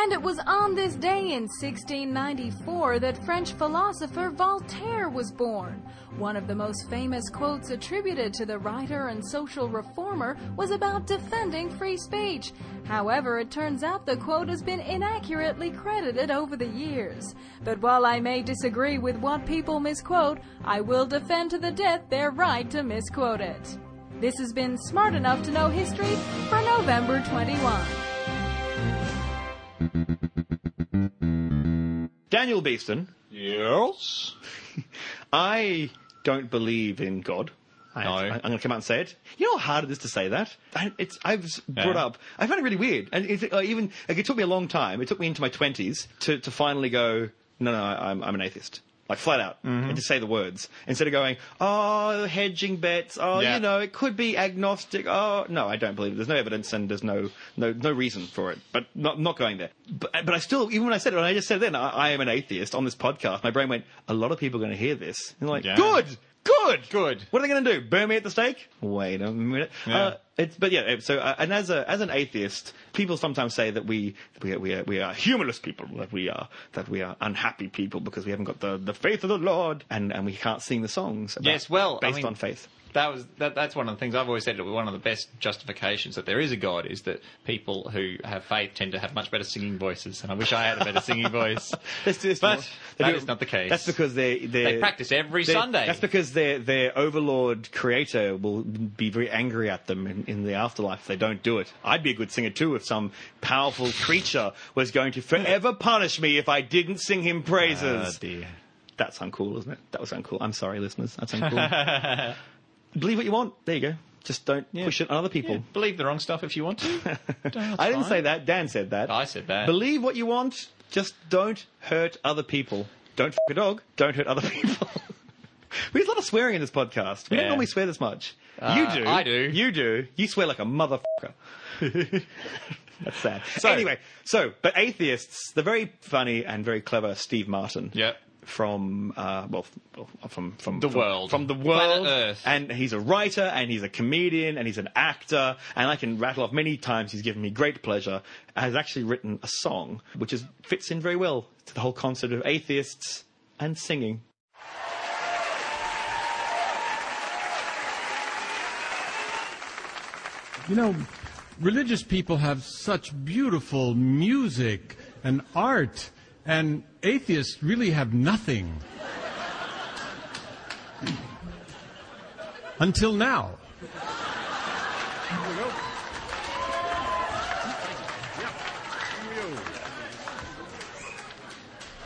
[SPEAKER 3] And it was on this day in 1694 that French philosopher Voltaire was born. One of the most famous quotes attributed to the writer and social reformer was about defending free speech. However, it turns out the quote has been inaccurately credited over the years. But while I may disagree with what people misquote, I will defend to the death their right to misquote it. This has been Smart Enough to Know History for November 21.
[SPEAKER 2] Daniel Beeston. Yes. I don't believe in God. I,
[SPEAKER 1] No.
[SPEAKER 2] I, am going to come out and say it. You know how hard it is to say that? I, it's, I've s- brought
[SPEAKER 1] Yeah.
[SPEAKER 2] up. I found it really weird. And it, uh, even, like, it took me a long time. It took me into my 20s to, to finally go, no, no, I, I'm, I'm an atheist. Like, flat out. And just say the words. Instead of going, oh, hedging bets. Oh,
[SPEAKER 1] Yeah.
[SPEAKER 2] you know, it could be agnostic. Oh, no, I don't believe it. There's no evidence and there's no, no, no reason for it. But not, not going there. But, but I still, even when I said it, and I just said it then, I, I am an atheist on this podcast, my brain went, a lot of people are going to hear this. And they're like,
[SPEAKER 1] Yeah.
[SPEAKER 2] good, good.
[SPEAKER 1] Good.
[SPEAKER 2] What are they going to do? Burn me at the stake? Wait a minute. Uh, it's, but yeah, so uh, and as a as an atheist, people sometimes say that we we are, we are, we are humorless people, that we are that we are unhappy people because we haven't got the, the faith of the Lord, and, and we can't sing the songs. about-
[SPEAKER 1] Yes, well, I
[SPEAKER 2] based
[SPEAKER 1] mean-
[SPEAKER 2] on faith.
[SPEAKER 1] That was that, that's one of the things I've always said. that One of the best justifications that there is a God is that people who have faith tend to have much better singing voices. And I wish I had a better singing voice.
[SPEAKER 2] Let's do this
[SPEAKER 1] But
[SPEAKER 2] more. They
[SPEAKER 1] that
[SPEAKER 2] do-
[SPEAKER 1] is not the case.
[SPEAKER 2] That's because they they
[SPEAKER 1] They practice every
[SPEAKER 2] they-
[SPEAKER 1] Sunday.
[SPEAKER 2] That's because their their overlord creator will be very angry at them in, in the afterlife if they don't do it. I'd be a good singer too if some powerful creature was going to forever punish me if I didn't sing him
[SPEAKER 1] Oh, Ah,
[SPEAKER 2] praises. That's uncool, isn't it? That was uncool. I'm sorry, listeners. That's uncool. Believe what you want. There you go. Just don't push it on other people.
[SPEAKER 1] Yeah, believe the wrong stuff if you want to.
[SPEAKER 2] I didn't say that. Dan said that.
[SPEAKER 1] I said that.
[SPEAKER 2] Believe what you want. Just don't hurt other people. Don't f- a dog. Don't hurt other people. we have a lot of swearing in this podcast. We
[SPEAKER 1] Yeah.
[SPEAKER 2] don't normally swear this much.
[SPEAKER 1] Uh,
[SPEAKER 2] you do.
[SPEAKER 1] I do.
[SPEAKER 2] You do. You swear like a motherfucker. That's sad.
[SPEAKER 1] So-
[SPEAKER 2] anyway, so but atheists, the very funny and very clever Steve Martin.
[SPEAKER 1] Yep.
[SPEAKER 2] From uh, well, f- well, from from
[SPEAKER 1] The
[SPEAKER 2] from-
[SPEAKER 1] world.
[SPEAKER 2] from the world,
[SPEAKER 1] Planet Earth.
[SPEAKER 2] and he's a writer, and he's a comedian, and he's an actor, and I can rattle off many times he's given me great pleasure. Has actually written a song which is fits in very well to the whole concept of atheists and singing.
[SPEAKER 8] You know, religious people have such beautiful music and art, and atheists really have nothing. Until now.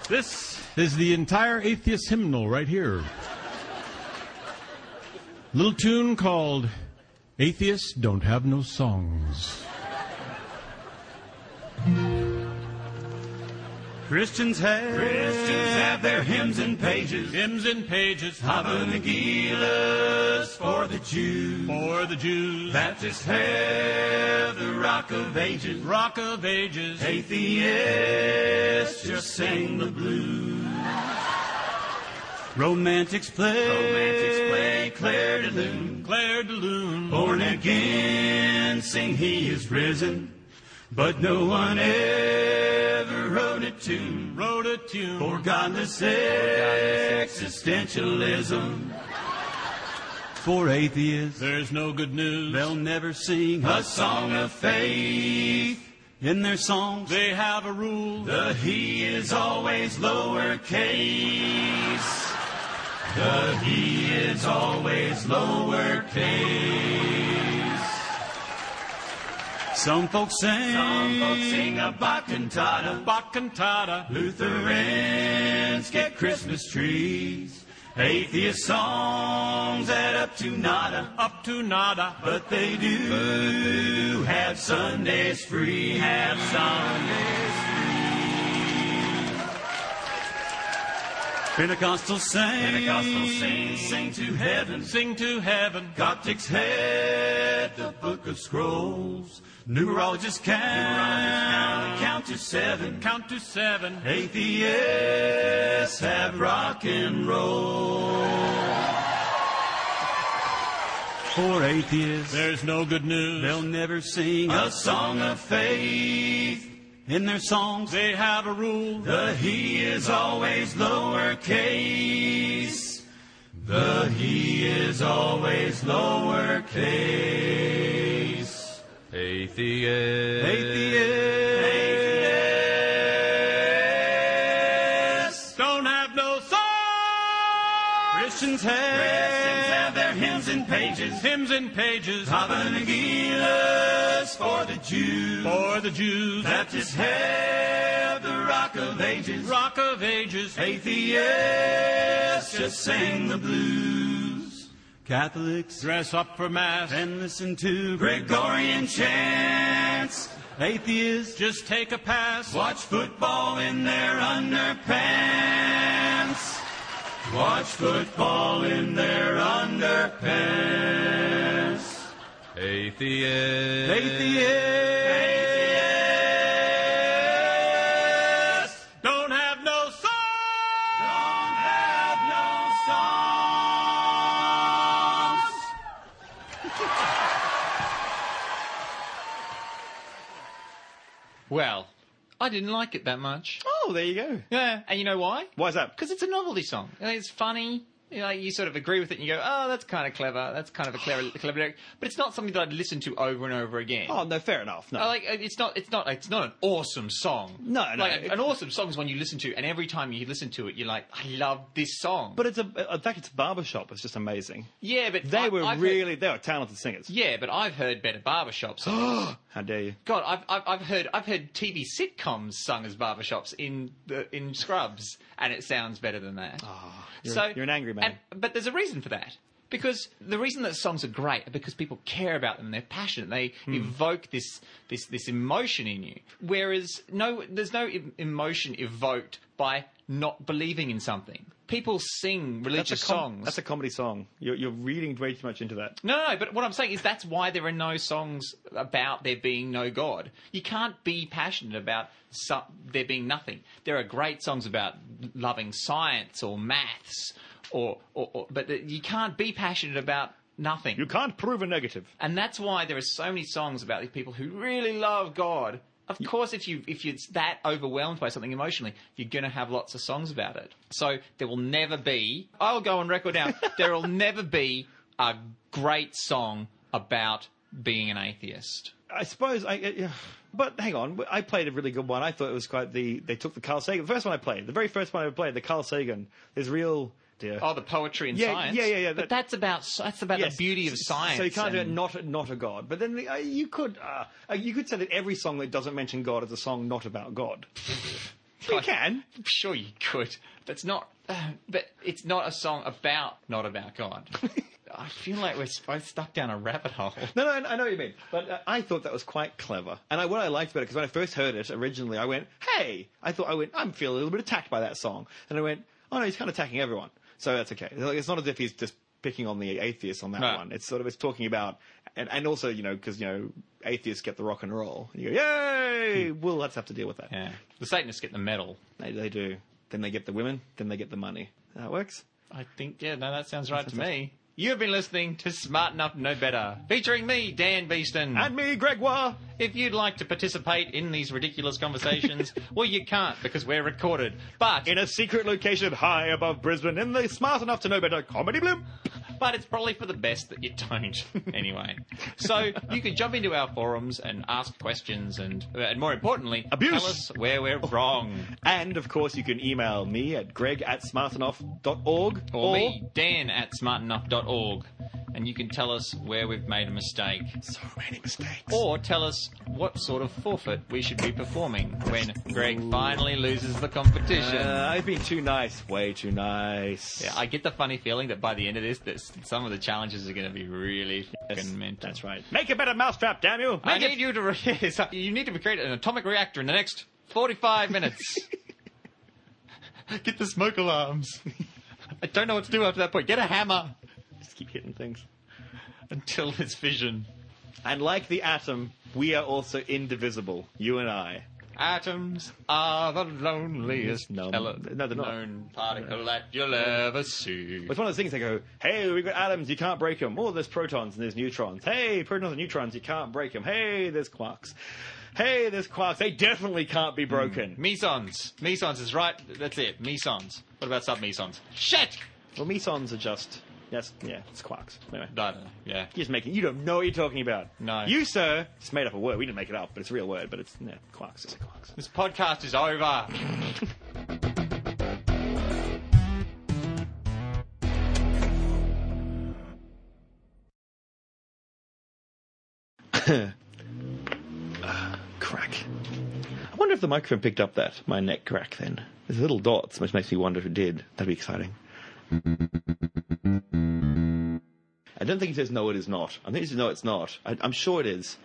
[SPEAKER 8] This is the entire atheist hymnal right here. Little tune called Atheists Don't Have No Songs. Christians have, Christians have their hymns and pages, hymns and pages, Habanegilas for the Jews, for the Jews. Baptists have the Rock of Ages, Rock of Ages. Atheists just sing the blues. Romantics play, romantics play, Claire de Lune, Claire de Lune. Born again, sing he is risen, but no one ever wrote a tune, wrote a tune for godless existentialism. For atheists, there's no good news. They'll never sing a song of faith. In their songs, they have a rule. The he is always lowercase. The he is always lowercase. Some folks sing. Some folks sing a Bach cantata. Bach cantata. Lutherans get Christmas trees. Atheist songs add up to nada. Up to nada. But they do, have Sundays free. Have Sundays Pentecostal sing, Pentecostal sing, sing to heaven, sing to heaven. Coptics head the book of scrolls. Numerologists count, count, to seven, count to seven. Atheists have rock and roll. For atheists, there's no good news. They'll never sing a song of faith. In their songs, they have a rule. The he is always lowercase. The he is always lowercase. Atheist. Atheist. Don't have no soul. Christians have, their hymns and pages. Hymns and pages. Habanegilas for the Jews. For the Jews. Baptists have the Rock of Ages. Rock of Ages. Atheists just sing the blues. Catholics dress up for mass and listen to Gregorian chants. Atheists just take a pass. Watch football in their underpants. Watch football in their underpants. Atheist. Atheist. Don't have no soul. Don't have no songs.
[SPEAKER 1] Well, I didn't like it that much.
[SPEAKER 2] Oh, there you go.
[SPEAKER 1] Yeah, and you know why?
[SPEAKER 2] Why's that?
[SPEAKER 1] Because it's a novelty song. And It's funny. You, know, you sort of agree with it and you go, oh, that's kind of clever. That's kind of a clever, clever lyric. But it's not something that I'd listen to over and over again.
[SPEAKER 2] Oh no, fair enough. No,
[SPEAKER 1] I like uh, it's not it's not it's not an awesome song.
[SPEAKER 2] No, no,
[SPEAKER 1] Like,
[SPEAKER 2] it-
[SPEAKER 1] an awesome song is one you listen to, and every time you listen to it, you're like, I love this song.
[SPEAKER 2] but it's a. In fact, it's barbershop. It's just amazing.
[SPEAKER 1] yeah, but
[SPEAKER 2] They
[SPEAKER 1] I-
[SPEAKER 2] were
[SPEAKER 1] I've heard-
[SPEAKER 2] really. They were talented singers.
[SPEAKER 1] yeah, but I've heard better barbershop songs.
[SPEAKER 2] How dare you?
[SPEAKER 1] God, I've, I've I've heard I've heard TV sitcoms sung as barbershops in the in Scrubs, and it sounds better than that.
[SPEAKER 2] Ah, you're- you're an angry man.
[SPEAKER 1] and- but there's a reason for that. Because the reason that songs are great are because people care about them, they're passionate, they
[SPEAKER 2] Hmm.
[SPEAKER 1] evoke this, this this emotion in you. Whereas no, there's no em- emotion evoked by not believing in something. People sing religious
[SPEAKER 2] That's a com-
[SPEAKER 1] songs.
[SPEAKER 2] That's a comedy song. You're, you're reading way too much into that.
[SPEAKER 1] No, no, no, but what I'm saying is that's why there are no songs about there being no God. You can't be passionate about some, there being nothing. There are great songs about loving science or maths, or, or, or but you can't be passionate about nothing.
[SPEAKER 2] You can't prove a negative.
[SPEAKER 1] And that's why there are so many songs about these people who really love God. Of course, if you if you're that overwhelmed by something emotionally, you're going to have lots of songs about it. So there will never be. I'll go on record now. there will never be a great song about being an atheist.
[SPEAKER 2] I suppose I. yeah. But hang on, I played a really good one. I thought it was quite the. They took the Carl Sagan. The first one I played, the very first one I ever played, the Carl Sagan. There's real. Dear.
[SPEAKER 1] Oh, the poetry and
[SPEAKER 2] Yeah,
[SPEAKER 1] science.
[SPEAKER 2] yeah, yeah, yeah,
[SPEAKER 1] But
[SPEAKER 2] that-
[SPEAKER 1] that's about that's about
[SPEAKER 2] Yes.
[SPEAKER 1] the beauty of
[SPEAKER 2] S-
[SPEAKER 1] science.
[SPEAKER 2] So you can't do it
[SPEAKER 1] and-
[SPEAKER 2] not not a god. But then the, uh, you could uh, uh, you could say that every song that doesn't mention God is a song not about God. you can.
[SPEAKER 1] Sure, you could. That's not. but it's not a song about not about God. I feel like we're both stuck down a rabbit hole.
[SPEAKER 2] No, no, I- I know what you mean. But uh, I thought that was quite clever. And I, what I liked about it, because when I first heard it originally, I went, hey, I thought I went, I'm feeling a little bit attacked by that song. And I went, oh no, he's kind of attacking everyone. So that's okay. Like, It's not as if he's just picking on the atheists on that
[SPEAKER 1] Right.
[SPEAKER 2] one. It's sort of, it's talking about, and, and also, you know, because, you know, atheists get the rock and roll. And you go, yay! We'll let's have to deal with that.
[SPEAKER 1] Yeah. The Satanists get the medal.
[SPEAKER 2] They, they do. Then they get the women, then they get the money. That works.
[SPEAKER 1] I think, yeah, no, that sounds right to me. You've been listening to Smart Enough No Better, featuring me, Dan Beeston.
[SPEAKER 2] And me, Gregoire!
[SPEAKER 1] If you'd like to participate in these ridiculous conversations, well, you can't because we're recorded. But
[SPEAKER 2] In a secret location high above Brisbane, in the smart enough to know better comedy bloop!
[SPEAKER 1] but it's probably for the best that you don't anyway. So you can jump into our forums and ask questions and, uh, and more importantly,
[SPEAKER 2] Abuse.
[SPEAKER 1] tell us where we're wrong.
[SPEAKER 2] And of course, you can email me at greg at smartenough.org
[SPEAKER 1] Or, me, Dan at smartenough.org. And you can tell us where we've made a mistake.
[SPEAKER 2] So many mistakes.
[SPEAKER 1] Or tell us what sort of forfeit we should be performing when Greg finally loses the competition.
[SPEAKER 2] Uh, I've been too nice, way too nice.
[SPEAKER 1] yeah, I get the funny feeling that by the end of this, that s- some of the challenges are going to be really
[SPEAKER 2] Yes,
[SPEAKER 1] fucking mental.
[SPEAKER 2] That's right. Make a better mousetrap, damn you!
[SPEAKER 1] I
[SPEAKER 2] Make it-
[SPEAKER 1] need you to re- yes, you need to create an atomic reactor in the next 45 minutes. get the smoke alarms. I don't know what to do after that point. Get a hammer
[SPEAKER 2] Just keep hitting things.
[SPEAKER 1] until it's fission.
[SPEAKER 2] And like the atom, we are also indivisible, you and I.
[SPEAKER 1] Atoms are the loneliest
[SPEAKER 2] No,
[SPEAKER 1] ele-
[SPEAKER 2] no, they're not.
[SPEAKER 1] known particle that you'll ever see.
[SPEAKER 2] It's one of those things they go, hey, we've got atoms, you can't break them. Oh, there's protons and there's neutrons. Hey, protons and neutrons, you can't break them. Hey, there's quarks. hey, there's quarks. They definitely can't be broken.
[SPEAKER 1] Mesons. Mesons is right. That's it. Mesons. What about sub-mesons? Shit!
[SPEAKER 2] Well, mesons are just yes, yeah, it's quarks. Anyway,
[SPEAKER 1] No, no, no. Yeah.
[SPEAKER 2] you're just making. You don't know what you're talking about.
[SPEAKER 1] No.
[SPEAKER 2] you sir, it's made up a word. We didn't make it up, but it's a real word. But it's no quarks. It's quarks.
[SPEAKER 1] This podcast is over.
[SPEAKER 2] Crack. I wonder if the microphone picked up that my neck crack. Then there's little dots, which makes me wonder if it did. That'd be exciting. I don't think he says no, it is not. I think he says no, it's not. I, I'm sure it is.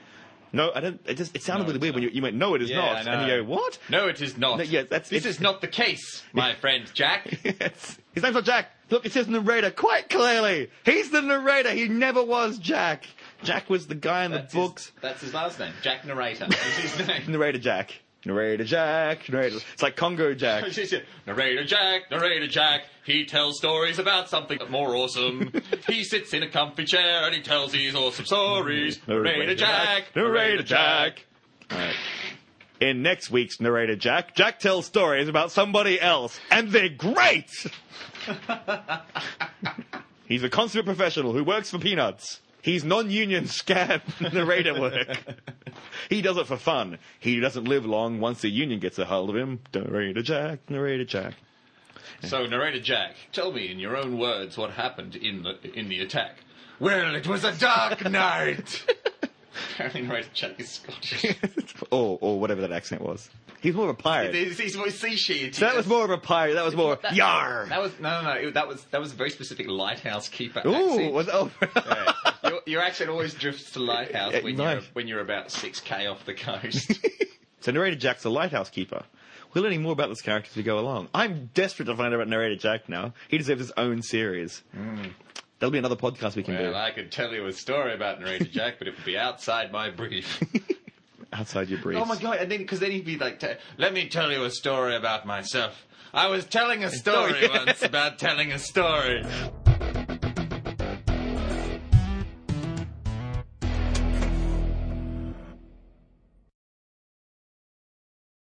[SPEAKER 2] No, I don't. It just it sounded
[SPEAKER 1] No,
[SPEAKER 2] really
[SPEAKER 1] it's
[SPEAKER 2] weird when you, you went no, it is
[SPEAKER 1] Yeah,
[SPEAKER 2] not,
[SPEAKER 1] I
[SPEAKER 2] and
[SPEAKER 1] know.
[SPEAKER 2] you go what?
[SPEAKER 1] No, it is not.
[SPEAKER 2] No, yeah, that's-
[SPEAKER 1] this
[SPEAKER 2] it's-
[SPEAKER 1] is not the case, my friend Jack.
[SPEAKER 2] Yes. His name's not Jack. Look, it says narrator quite clearly. He's the narrator. He never was Jack. Jack was the guy in the
[SPEAKER 1] That's his-
[SPEAKER 2] books.
[SPEAKER 1] that's his last name. Jack Narrator. That's his name.
[SPEAKER 2] Narrator Jack. Narrator Jack. Narrator. It's like Congo Jack.
[SPEAKER 1] She said, Narrator Jack, Narrator Jack, he tells stories about something more awesome. he sits in a comfy chair and he tells these awesome stories. Narrator Jack,
[SPEAKER 2] Narrator Jack. All right. In next week's Narrator Jack, Jack tells stories about somebody else, and they're great! He's a consummate professional who works for peanuts. He's non union scam narrator work. He does it for fun. He doesn't live long once the union gets a hold of him. Narrator Jack, Narrator Jack.
[SPEAKER 1] So, Narrator Jack, tell me in your own words what happened in the, in the attack. Well, it was a dark night. Apparently, Narrator Jack is Scottish.
[SPEAKER 2] or, or whatever that accent was. He's more of a pirate.
[SPEAKER 1] He's, he's more sea sheet.
[SPEAKER 2] That was more of a pirate. That was more yar.
[SPEAKER 1] That was no, no, no. It, that was that was a very specific lighthouse keeper.
[SPEAKER 2] Ooh,
[SPEAKER 1] accent.
[SPEAKER 2] was oh.
[SPEAKER 1] Yeah. your, your accent always drifts to lighthouse
[SPEAKER 2] Yeah,
[SPEAKER 1] when you're
[SPEAKER 2] nice.
[SPEAKER 1] when you're about six k off the coast.
[SPEAKER 2] so narrator Jack's a lighthouse keeper. We're learning more about this character as we go along. I'm desperate to find out about narrator Jack now. He deserves his own series. There'll be another podcast we can
[SPEAKER 1] well,
[SPEAKER 2] do
[SPEAKER 1] I could tell you a story about Narrator Jack, but it would be outside my brief.
[SPEAKER 2] outside your briefs.
[SPEAKER 1] oh my god! And then because then he'd be like, t- "Let me tell you a story about myself." I was telling a story
[SPEAKER 2] yeah.
[SPEAKER 1] once about telling a story.